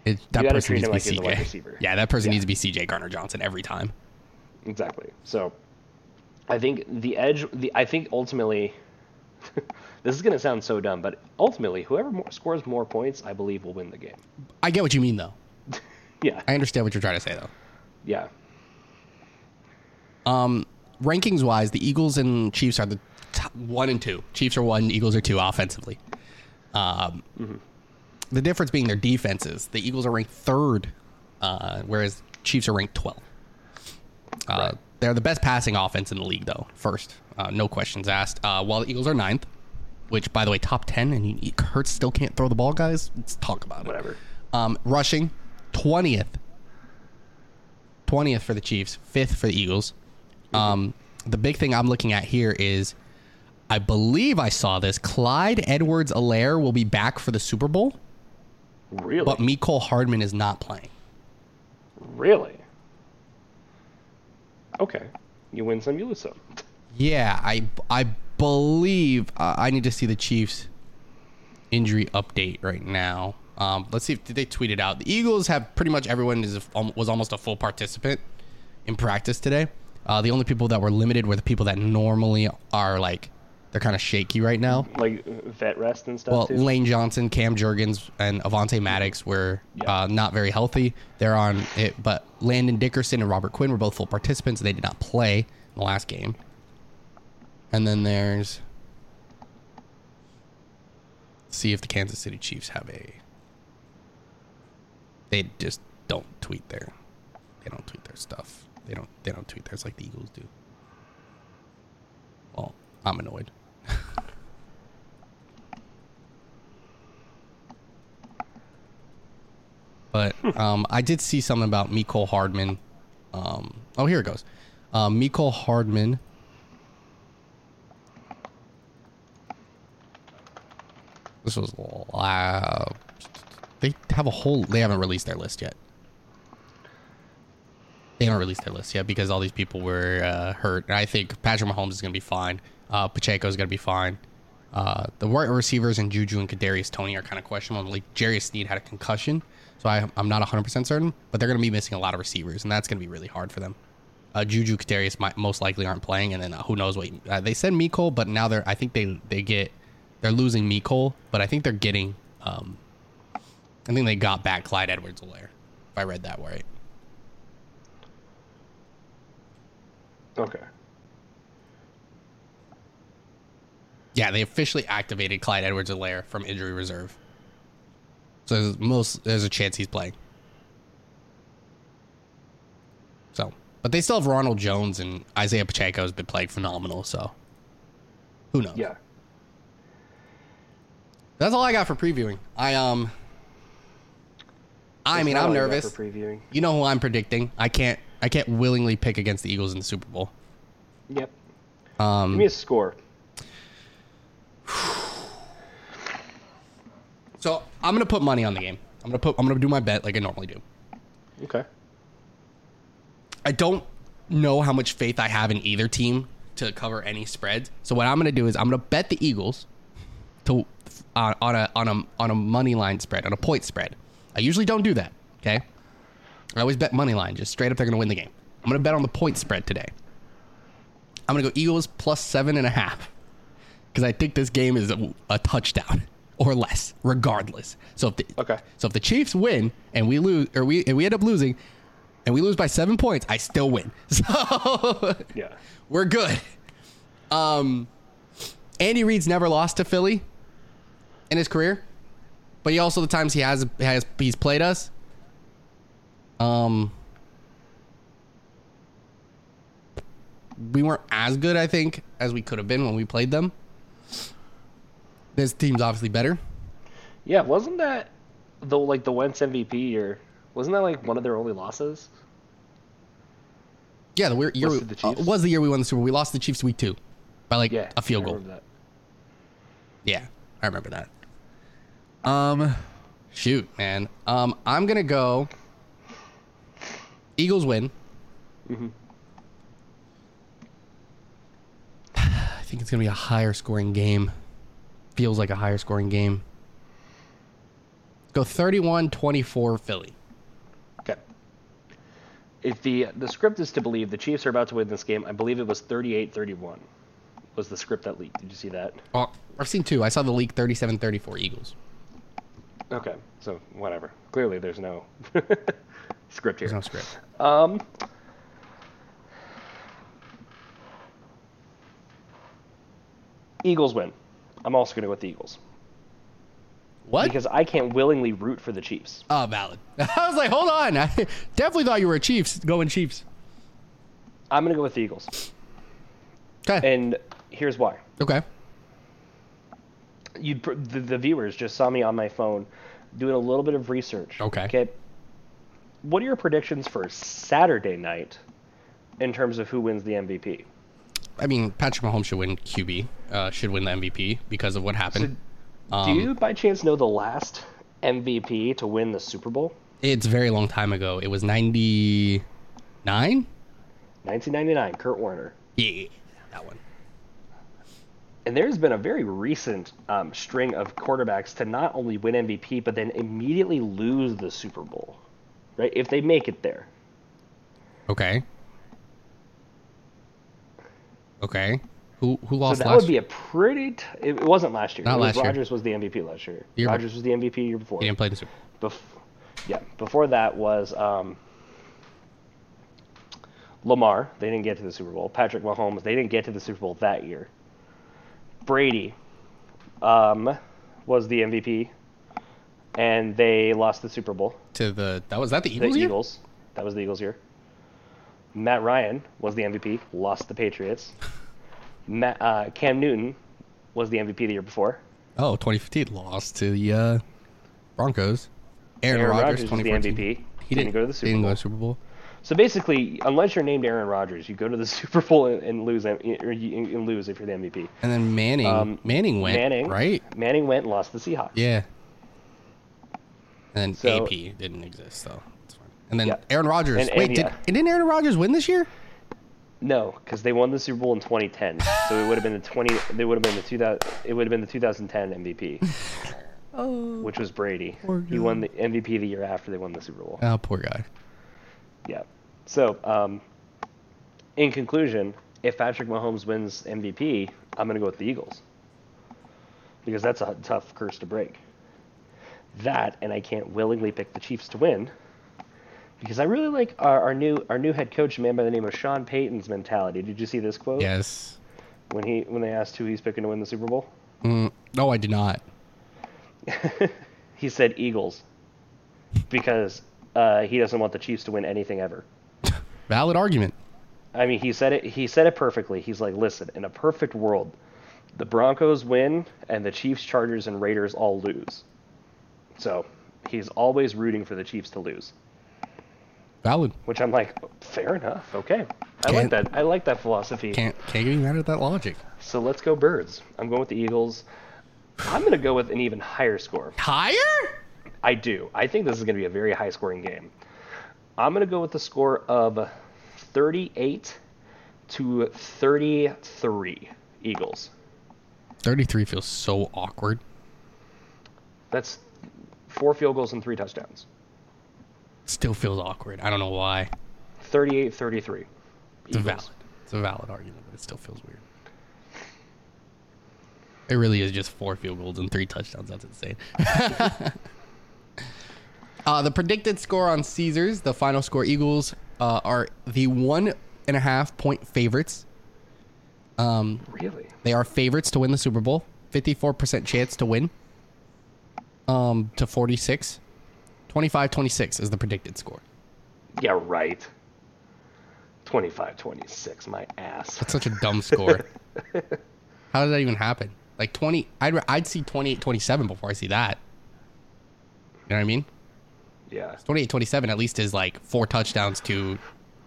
B: It- that
C: gotta
B: person
C: treat
B: needs
C: him
B: to be
C: like he's a wide
B: C.J.
C: receiver.
B: Yeah, that person needs to be C.J. Garner-Johnson every time.
C: exactly. So, I think the edge. The I think ultimately, [LAUGHS] this is going to sound so dumb, but ultimately, whoever more, scores more points, I believe, will win the game.
B: I get what you mean, though.
C: Yeah,
B: I understand what you're trying to say, though.
C: yeah.
B: rankings wise, the Eagles and Chiefs are the top one and two. Chiefs are one, Eagles are two offensively. Um, The difference being their defenses. The Eagles are ranked third, uh, whereas Chiefs are ranked 12. Uh, They're the best passing offense in the league, though, first. Uh, no questions asked. Uh, while the Eagles are ninth, which, by the way, top 10, and you- Hurts still can't throw the ball, guys. Let's talk about it.
C: Whatever.
B: Um, rushing, 20th. 20th for the Chiefs, 5th for the Eagles. Um, the big thing I'm looking at here is I believe I saw this. Clyde Edwards Alaire will be back for the Super Bowl,
C: Really,
B: but Miko Hardman is not playing.
C: really. Okay, you win some, you lose some. [LAUGHS]
B: Yeah, I, I believe uh, I need to see the Chiefs injury update right now. Um, let's see if did they tweet it out. The Eagles have pretty much everyone is um, was almost a full participant in practice today. Uh, the only people that were limited were the people that normally are like they're kind of shaky right now.
C: Like vet rest and stuff.
B: Well,
C: too?
B: Lane Johnson, Cam Jurgens, and Avante Maddox were uh, not very healthy. They're on it, but Landon Dickerson and Robert Quinn were both full participants. They did not play in the last game. And then there's see if the Kansas City Chiefs have a. They just don't tweet their, they don't tweet their stuff. They don't they don't tweet theirs like the Eagles do. Well, I'm annoyed. But um, I did see something about Miko Hardman. Um, oh, here it goes. Um, Miko Hardman. This was la- They have a whole. They haven't released their list yet. They haven't released their list yet because all these people were uh, hurt. And I think Patrick Mahomes is going to be fine. Uh, Pacheco is going to be fine. Uh, the wide receivers and Juju and Kadarius Tony are kind of questionable. Like Jarius Sneed had a concussion, so I, I'm not 100 percent certain. But they're going to be missing a lot of receivers, and that's going to be really hard for them. Uh, Juju Kadarius might most likely aren't playing, and then uh, who knows what uh, they said Miko, but now they're I think they they get They're losing Mecole, but I think they're getting. Um, I think they got back Clyde edwards helaire if I read that right.
C: Okay.
B: Yeah, they officially activated Clyde edwards helaire from injury reserve. So there's most there's a chance he's playing. So, but they still have Ronald Jones and Isaiah Pacheco has been playing phenomenal. So, who knows?
C: Yeah.
B: That's all I got for previewing. I um. I
C: That's
B: mean,
C: not
B: I'm
C: all I got
B: nervous.
C: For previewing.
B: You know who I'm predicting. I can't. I can't willingly pick against the Eagles in the Super Bowl.
C: Yep. Give
B: Um,
C: me a score.
B: so I'm gonna put money on the game. I'm gonna put. I'm gonna do my bet like I normally do.
C: Okay.
B: I don't know how much faith I have in either team to cover any spreads. So what I'm gonna do is I'm gonna bet the Eagles to on on a on a on a money line spread on a point spread. I usually don't do that. Okay, I always bet money line, just straight up. They're gonna win the game. I'm gonna bet on the point spread today. I'm gonna go Eagles plus seven and a half because I think this game is a, a touchdown [LAUGHS] or less, regardless. So if the,
C: Okay.
B: so if the Chiefs win and we lose, or we and we end up losing, and we lose by seven points, I still win. [LAUGHS] So
C: Yeah.
B: we're good. Um, Andy Reid's never lost to Philly in his career, but he also the times he has has he's played us. Um, we weren't as good, I think, as we could have been when we played them. This team's obviously better.
C: Yeah. Wasn't that the like the Wentz MVP year? Wasn't that like one of their only losses?
B: Yeah, the weird year
C: Was
B: we-
C: it the Chiefs?
B: uh, was the year we won the Super Bowl. We lost to the Chiefs week two by like
C: Yeah.
B: a field
C: I
B: goal.
C: remember that.
B: Yeah, I remember that. Um, shoot, man. Um, I'm gonna go. Eagles win.
C: Mm-hmm.
B: [SIGHS] I think it's gonna be a higher scoring game. Feels like a higher scoring game. Go 31-24 Philly.
C: Okay. If the the script is to believe the Chiefs are about to win this game, I believe it was 38-31 was the script that leaked. Did you see that?
B: Oh, I've seen two. I saw the leak 37-34 Eagles.
C: Okay. So whatever. Clearly, there's no [LAUGHS] script here.
B: There's no script.
C: Um. Eagles win. I'm also going to go with the Eagles
B: What?
C: because I can't willingly root for the Chiefs.
B: Oh, valid. [LAUGHS] I was like, hold on. [LAUGHS] I definitely thought you were a Chiefs going Chiefs.
C: I'm going to go with the Eagles,
B: Okay.
C: and here's why.
B: okay.
C: You, pr- the, the viewers just saw me on my phone doing a little bit of research.
B: Okay.
C: Okay. What are your predictions for Saturday night in terms of who wins the MVP?
B: I mean, Patrick Mahomes should win QB. Uh, should win the MVP because of what happened.
C: Do you by chance know the last MVP to win the Super Bowl?
B: It's a very long time ago. It was ninety nine.
C: 1999, Kurt Warner.
B: Yeah, that one.
C: And there's been a very recent um, string of quarterbacks to not only win MVP, but then immediately lose the Super Bowl, right? If they make it there.
B: Okay. Okay. Who who
C: So
B: lost
C: that
B: last?
C: would be a pretty. T- it it wasn't last year.
B: Not
C: It was
B: last year.
C: Rodgers was the MVP last year.
B: Year bef-
C: Rodgers was the MVP year before.
B: He didn't play the Super. Bowl.
C: Bef- yeah, before that was um, Lamar. They didn't get to the Super Bowl. Patrick Mahomes. They didn't get to the Super Bowl that year. Brady um, was the MVP, and they lost the Super Bowl.
B: To the that was that the
C: The
B: Eagles. year?
C: Eagles. That was the Eagles year. Matt Ryan was the MVP. Lost the Patriots. Matt, uh, Cam Newton was the MVP the year before.
B: Oh, 2015 lost to the uh, Broncos. Aaron,
C: Aaron
B: Rodgers,
C: Rodgers was the
B: 2014.
C: MVP.
B: He
C: Didn't go to the Super
B: didn't go
C: Bowl.
B: to Super Bowl.
C: So basically, unless you're named Aaron Rodgers, you go to the [LAUGHS] Super Bowl and, and lose em- or you, and lose if you're the MVP.
B: And then Manning,
C: Um,
B: Manning went
C: Manning,
B: right.
C: Manning went and lost the Seahawks.
B: Yeah. And then
C: So-
B: AP didn't exist, so it's fine. And then
C: Yeah.
B: Aaron Rodgers.
C: And- and
B: Wait, did,
C: yeah.
B: and didn't Aaron Rodgers win this year?
C: No, because they won the Super Bowl in 2010, so it would have been the 20. They would have been the 2000. It would have been the 2010 MVP,
B: [LAUGHS] Oh,
C: which was Brady.
B: Poor
C: He won the MVP the year after they won the Super Bowl.
B: oh poor guy.
C: Yeah. So, um, in conclusion, if Patrick Mahomes wins MVP, I'm going to go with the Eagles. because that's a tough curse to break. That, and I can't willingly pick the Chiefs to win because I really like our, our new our new head coach, a man by the name of Sean Payton's mentality. Did you see this quote?
B: Yes.
C: When he when they asked who he's picking to win the Super Bowl,
B: Mm, No, I did not.
C: he said Eagles because uh, he doesn't want the Chiefs to win anything ever.
B: Valid argument.
C: I mean, he said it. He said it perfectly. He's like, listen, in a perfect world, the Broncos win and the Chiefs, Chargers, and Raiders all lose. So he's always rooting for the Chiefs to lose,
B: Valid.
C: which I'm like, fair enough. Okay, I
B: Can't-
C: like that. I like that philosophy.
B: Can't can't get me mad at that logic.
C: So let's go Birds. I'm going with the Eagles. I'm going to go with an even higher score.
B: Higher?
C: I do. I think this is going to be a very high scoring game. I'm going to go with the score of 38 to 33 Eagles.
B: Thirty-three feels so awkward.
C: That's four field goals and three touchdowns.
B: Still feels awkward. I don't know why.
C: 38 33.
B: It's a valid. It's a valid argument, but it still feels weird. It really is just four field goals and three touchdowns. That's insane. [LAUGHS] uh, the predicted score on Caesars, the final score Eagles uh, are the one and a half point favorites.
C: Really?
B: They are favorites to win the Super Bowl. 54% chance to win. Um, to 46. 25-26 is the predicted score.
C: Yeah, right. 25 26, my ass.
B: That's such a dumb
C: [LAUGHS]
B: score. How did that even happen? Like 20 I'd ra- I'd see 28 27 before I see that. You know what I mean?
C: yeah.
B: 28 27 at least is like four touchdowns to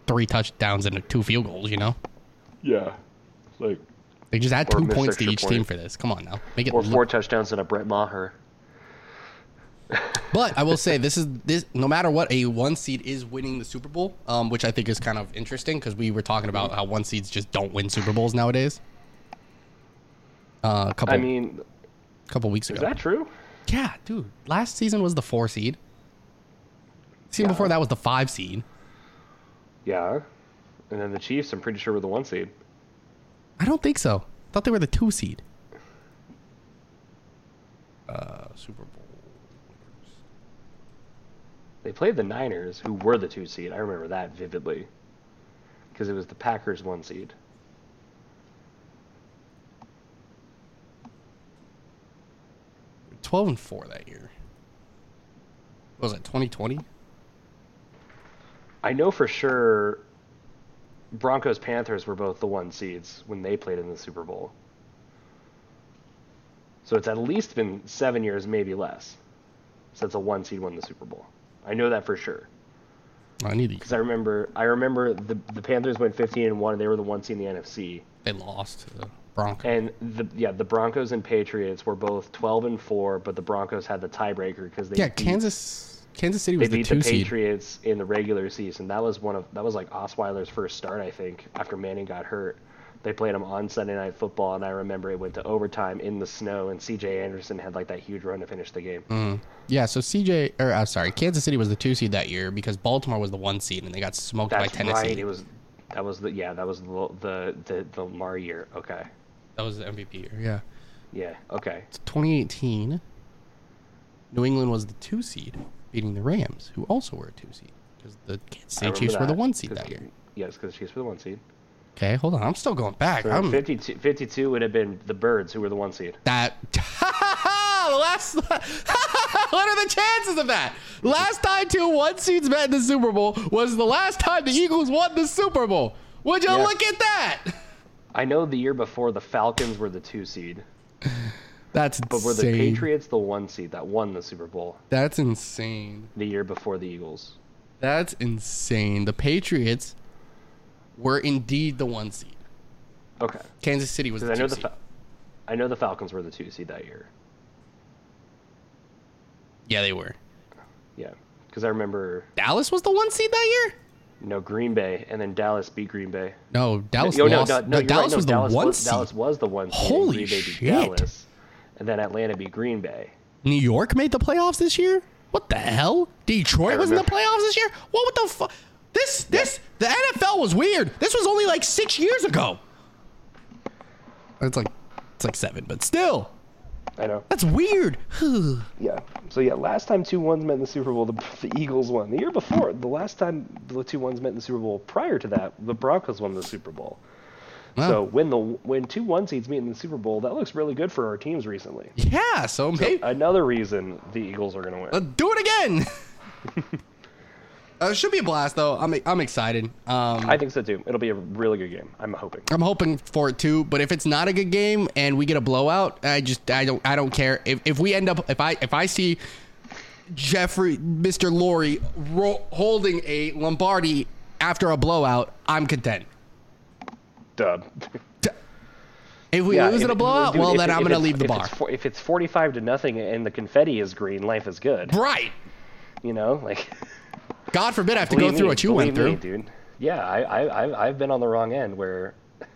B: three touchdowns and two field goals, you know?
C: Yeah. Like,
B: They just add
C: Or
B: two
C: missed
B: points to
C: extra
B: each team
C: point.
B: for this. Come on now. Make it
C: or
B: look
C: four touchdowns and a Brett Maher.
B: But I will say this is this no matter what a one seed is winning the Super Bowl, um, which I think is kind of interesting because we were talking about how one seeds just don't win Super Bowls nowadays. Uh, a couple
C: I mean,
B: couple weeks
C: is
B: ago.
C: that true?
B: yeah, dude. Last season was the four seed. Season before that was the five seed.
C: Yeah. And then the Chiefs, I'm pretty sure, were the one seed.
B: I don't think so. Thought they were the two seed. Uh, Super Bowl.
C: They played the Niners, who were the two seed. I remember that vividly. Because it was the Packers one seed.
B: Twelve and four that year. What was it twenty twenty?
C: I know for sure Broncos Panthers were both the one seeds when they played in the Super Bowl. So it's at least been seven years, maybe less, since a one seed won the Super Bowl. I know that for sure.
B: I knew these.
C: Because I remember I remember the the Panthers went fifteen and one, they were the one seed in the NFC.
B: They lost to the Broncos.
C: And the yeah, the Broncos and Patriots were both twelve and four, but the Broncos had the tiebreaker because they
B: Yeah,
C: beat-
B: Kansas Kansas City
C: they
B: was the
C: beat
B: two
C: the,
B: seed.
C: Patriots in the regular season. That was one of that was like Osweiler's first start, I think, after Manning got hurt. They played him on Sunday Night Football, and I remember it went to overtime in the snow, and C.J. Anderson had like that huge run to finish the game.
B: Mm, Yeah, so CJ or I'm sorry, Kansas City was the two seed that year because Baltimore was the one seed and they got smoked
C: That's
B: by Tennessee.
C: right. It was that was the yeah that was the the the, the Lamar year. Okay,
B: that was the MVP year. Yeah,
C: yeah, okay,
B: It's 2018. New England was the two seed, beating the Rams, who also were a two seed because the Kansas
C: I
B: City
C: remember
B: Chiefs were the
C: that,
B: one seed
C: 'cause-
B: that year.
C: Yes, because Chiefs were the one seed.
B: Okay, hold on, I'm still going back.
C: So
B: I'm
C: 52, 52 would have been the Birds who were the one seed.
B: that. [LAUGHS] The Last, [LAUGHS] what are the chances of that? Last time two one seeds met in the Super Bowl was the last time the Eagles won the Super Bowl. Would you
C: Yeah.
B: look at that?
C: I know the year before the Falcons were the two seed,
B: That's
C: but were the
B: insane.
C: Patriots the one seed that won the Super Bowl?
B: That's insane.
C: the year before the Eagles.
B: That's insane. The Patriots were indeed the one seed.
C: Okay,
B: Kansas City was the
C: because I
B: two
C: know the
B: seed.
C: Fal- I know the Falcons were the two seed that year.
B: yeah, they were.
C: Yeah, because I remember
B: Dallas was the one seed that year.
C: no Green Bay, and then Dallas beat Green Bay. Oh,
B: No, Dallas
C: Yo,
B: lost. No,
C: you're right,
B: Dallas was
C: Dallas
B: the one
C: was,
B: seed.
C: Dallas was the one seed. and
B: Holy
C: Green Bay beat
B: shit.
C: Dallas, and then Atlanta beat Green Bay.
B: New York made the playoffs this year. What the hell? Detroit was in the
C: remember.
B: playoffs this year. What the fuck? This this the NFL was weird. This was only like six years ago. It's like it's like seven, but still.
C: I know.
B: That's weird. [SIGHS] Whew.
C: Yeah. So yeah, last time two ones met in the Super Bowl, the, the Eagles won. The year before, the last time the two ones met in the Super Bowl, prior to that, the Broncos won the Super Bowl. So when the when two one seeds meet in the Super Bowl, that looks really good for our teams recently.
B: yeah, so maybe
C: Another reason the Eagles are going to win.
B: let's do it again. [LAUGHS] uh, it should be a blast though. I'm I'm excited. Um,
C: I think so too. It'll be a really good game. I'm hoping.
B: I'm hoping for it too, but if it's not a good game and we get a blowout, I just I don't I don't care. If if we end up if I if I see Jeffrey Mr. Laurie ro- holding a Lombardi after a blowout, I'm content. [LAUGHS]
C: Dub.
B: If we lose in a blowout,
C: dude,
B: well
C: if
B: then
C: it-
B: I'm
C: if
B: gonna
C: it's-
B: leave the
C: if
B: bar.
C: It's for, if it's 45 to nothing and the confetti is green, life is good.
B: Right.
C: You know, like
B: God forbid I have to go
C: Believe
B: through
C: me,
B: what you went
C: believe
B: through.
C: me, dude. Yeah, I, I, I, I've been on the wrong end where, [LAUGHS]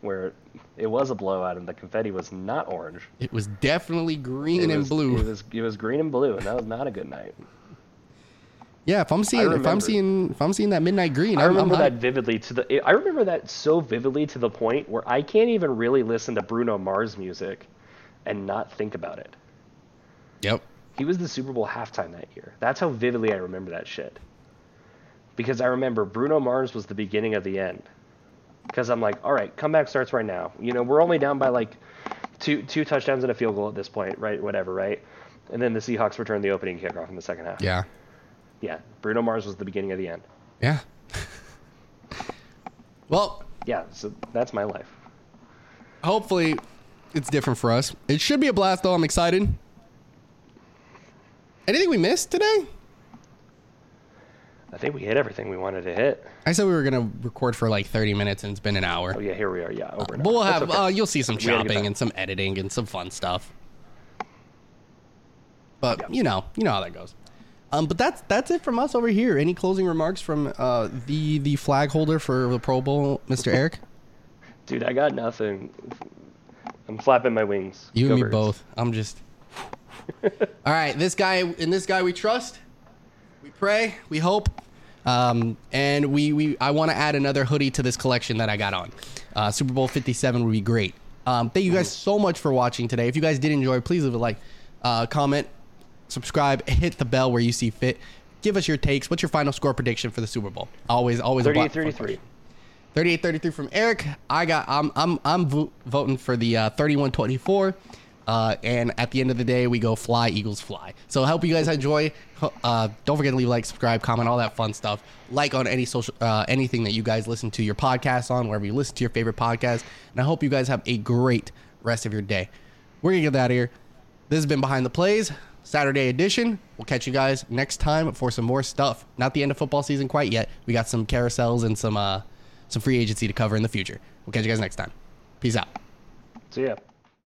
C: where it was a blowout and the confetti was not orange.
B: It was definitely green
C: it
B: and
C: was,
B: blue.
C: It was, it was green and blue, and that was not a good night.
B: yeah, if I'm seeing if I'm
C: remember.
B: seeing if I'm seeing that midnight green,
C: I
B: I'm, I'm
C: remember that
B: hyped.
C: vividly. To the, I remember that so vividly to the point where I can't even really listen to Bruno Mars music, and not think about it.
B: Yep.
C: He was the Super Bowl halftime that year. That's how vividly I remember that shit. Because I remember Bruno Mars was the beginning of the end. Because I'm like, all right, comeback starts right now. You know, we're only down by like two two touchdowns and a field goal at this point, right? Whatever, right? And then the Seahawks returned the opening kickoff in the second half.
B: Yeah. [LAUGHS]
C: Yeah. Bruno Mars was the beginning of the end.
B: Yeah. well,
C: Yeah. So that's my life.
B: hopefully it's different for us. It should be a blast though. I'm excited. Anything we missed today?
C: I think we hit everything we wanted to hit.
B: I said we were gonna record for like 30 minutes, and it's been an hour.
C: Oh yeah, here we are. Yeah, over. and
B: But
C: out.
B: we'll
C: That's
B: have
C: okay.
B: uh, you'll see some
C: We gotta get
B: chopping
C: back.
B: and some editing and some fun stuff. But you know, you know how that goes. Um, but that's that's it from us over here. Any closing remarks from uh, the the flag holder for the Pro Bowl, Mr. Eric? uh,
C: Dude, I got nothing. I'm flapping my wings.
B: You
C: Go
B: and me
C: Birds.
B: both. I'm just. [LAUGHS] All right, this guy in this guy we trust. We pray. We hope. Um, and we, we I want to add another hoodie to this collection that I got on. Uh, Super Bowl 57 would be great. Um, thank you guys
C: Mm-hmm.
B: so much for watching today. If you guys did enjoy, please leave a like, uh, comment, subscribe, [LAUGHS] hit the bell where you see fit. Give us your takes. What's your final score prediction for the Super Bowl? Always, always a
C: 38
B: platform
C: 33.
B: 38 33 from Eric. I got I'm I'm I'm vo- voting for the uh 31 24. Uh, and at the end of the day, we go fly, Eagles fly. So I hope you guys enjoy. Uh, don't forget to leave a like, subscribe, comment, all that fun stuff. Like on any social, uh, anything that you guys listen to your podcast on, wherever you listen to your favorite podcast. And I hope you guys have a great rest of your day. We're gonna get out of here. This has been Behind the Plays, Saturday edition. We'll catch you guys next time for some more stuff. Not the end of football season quite yet. We got some carousels and some uh some free agency to cover in the future. We'll catch you guys next time. Peace out.
C: So yeah.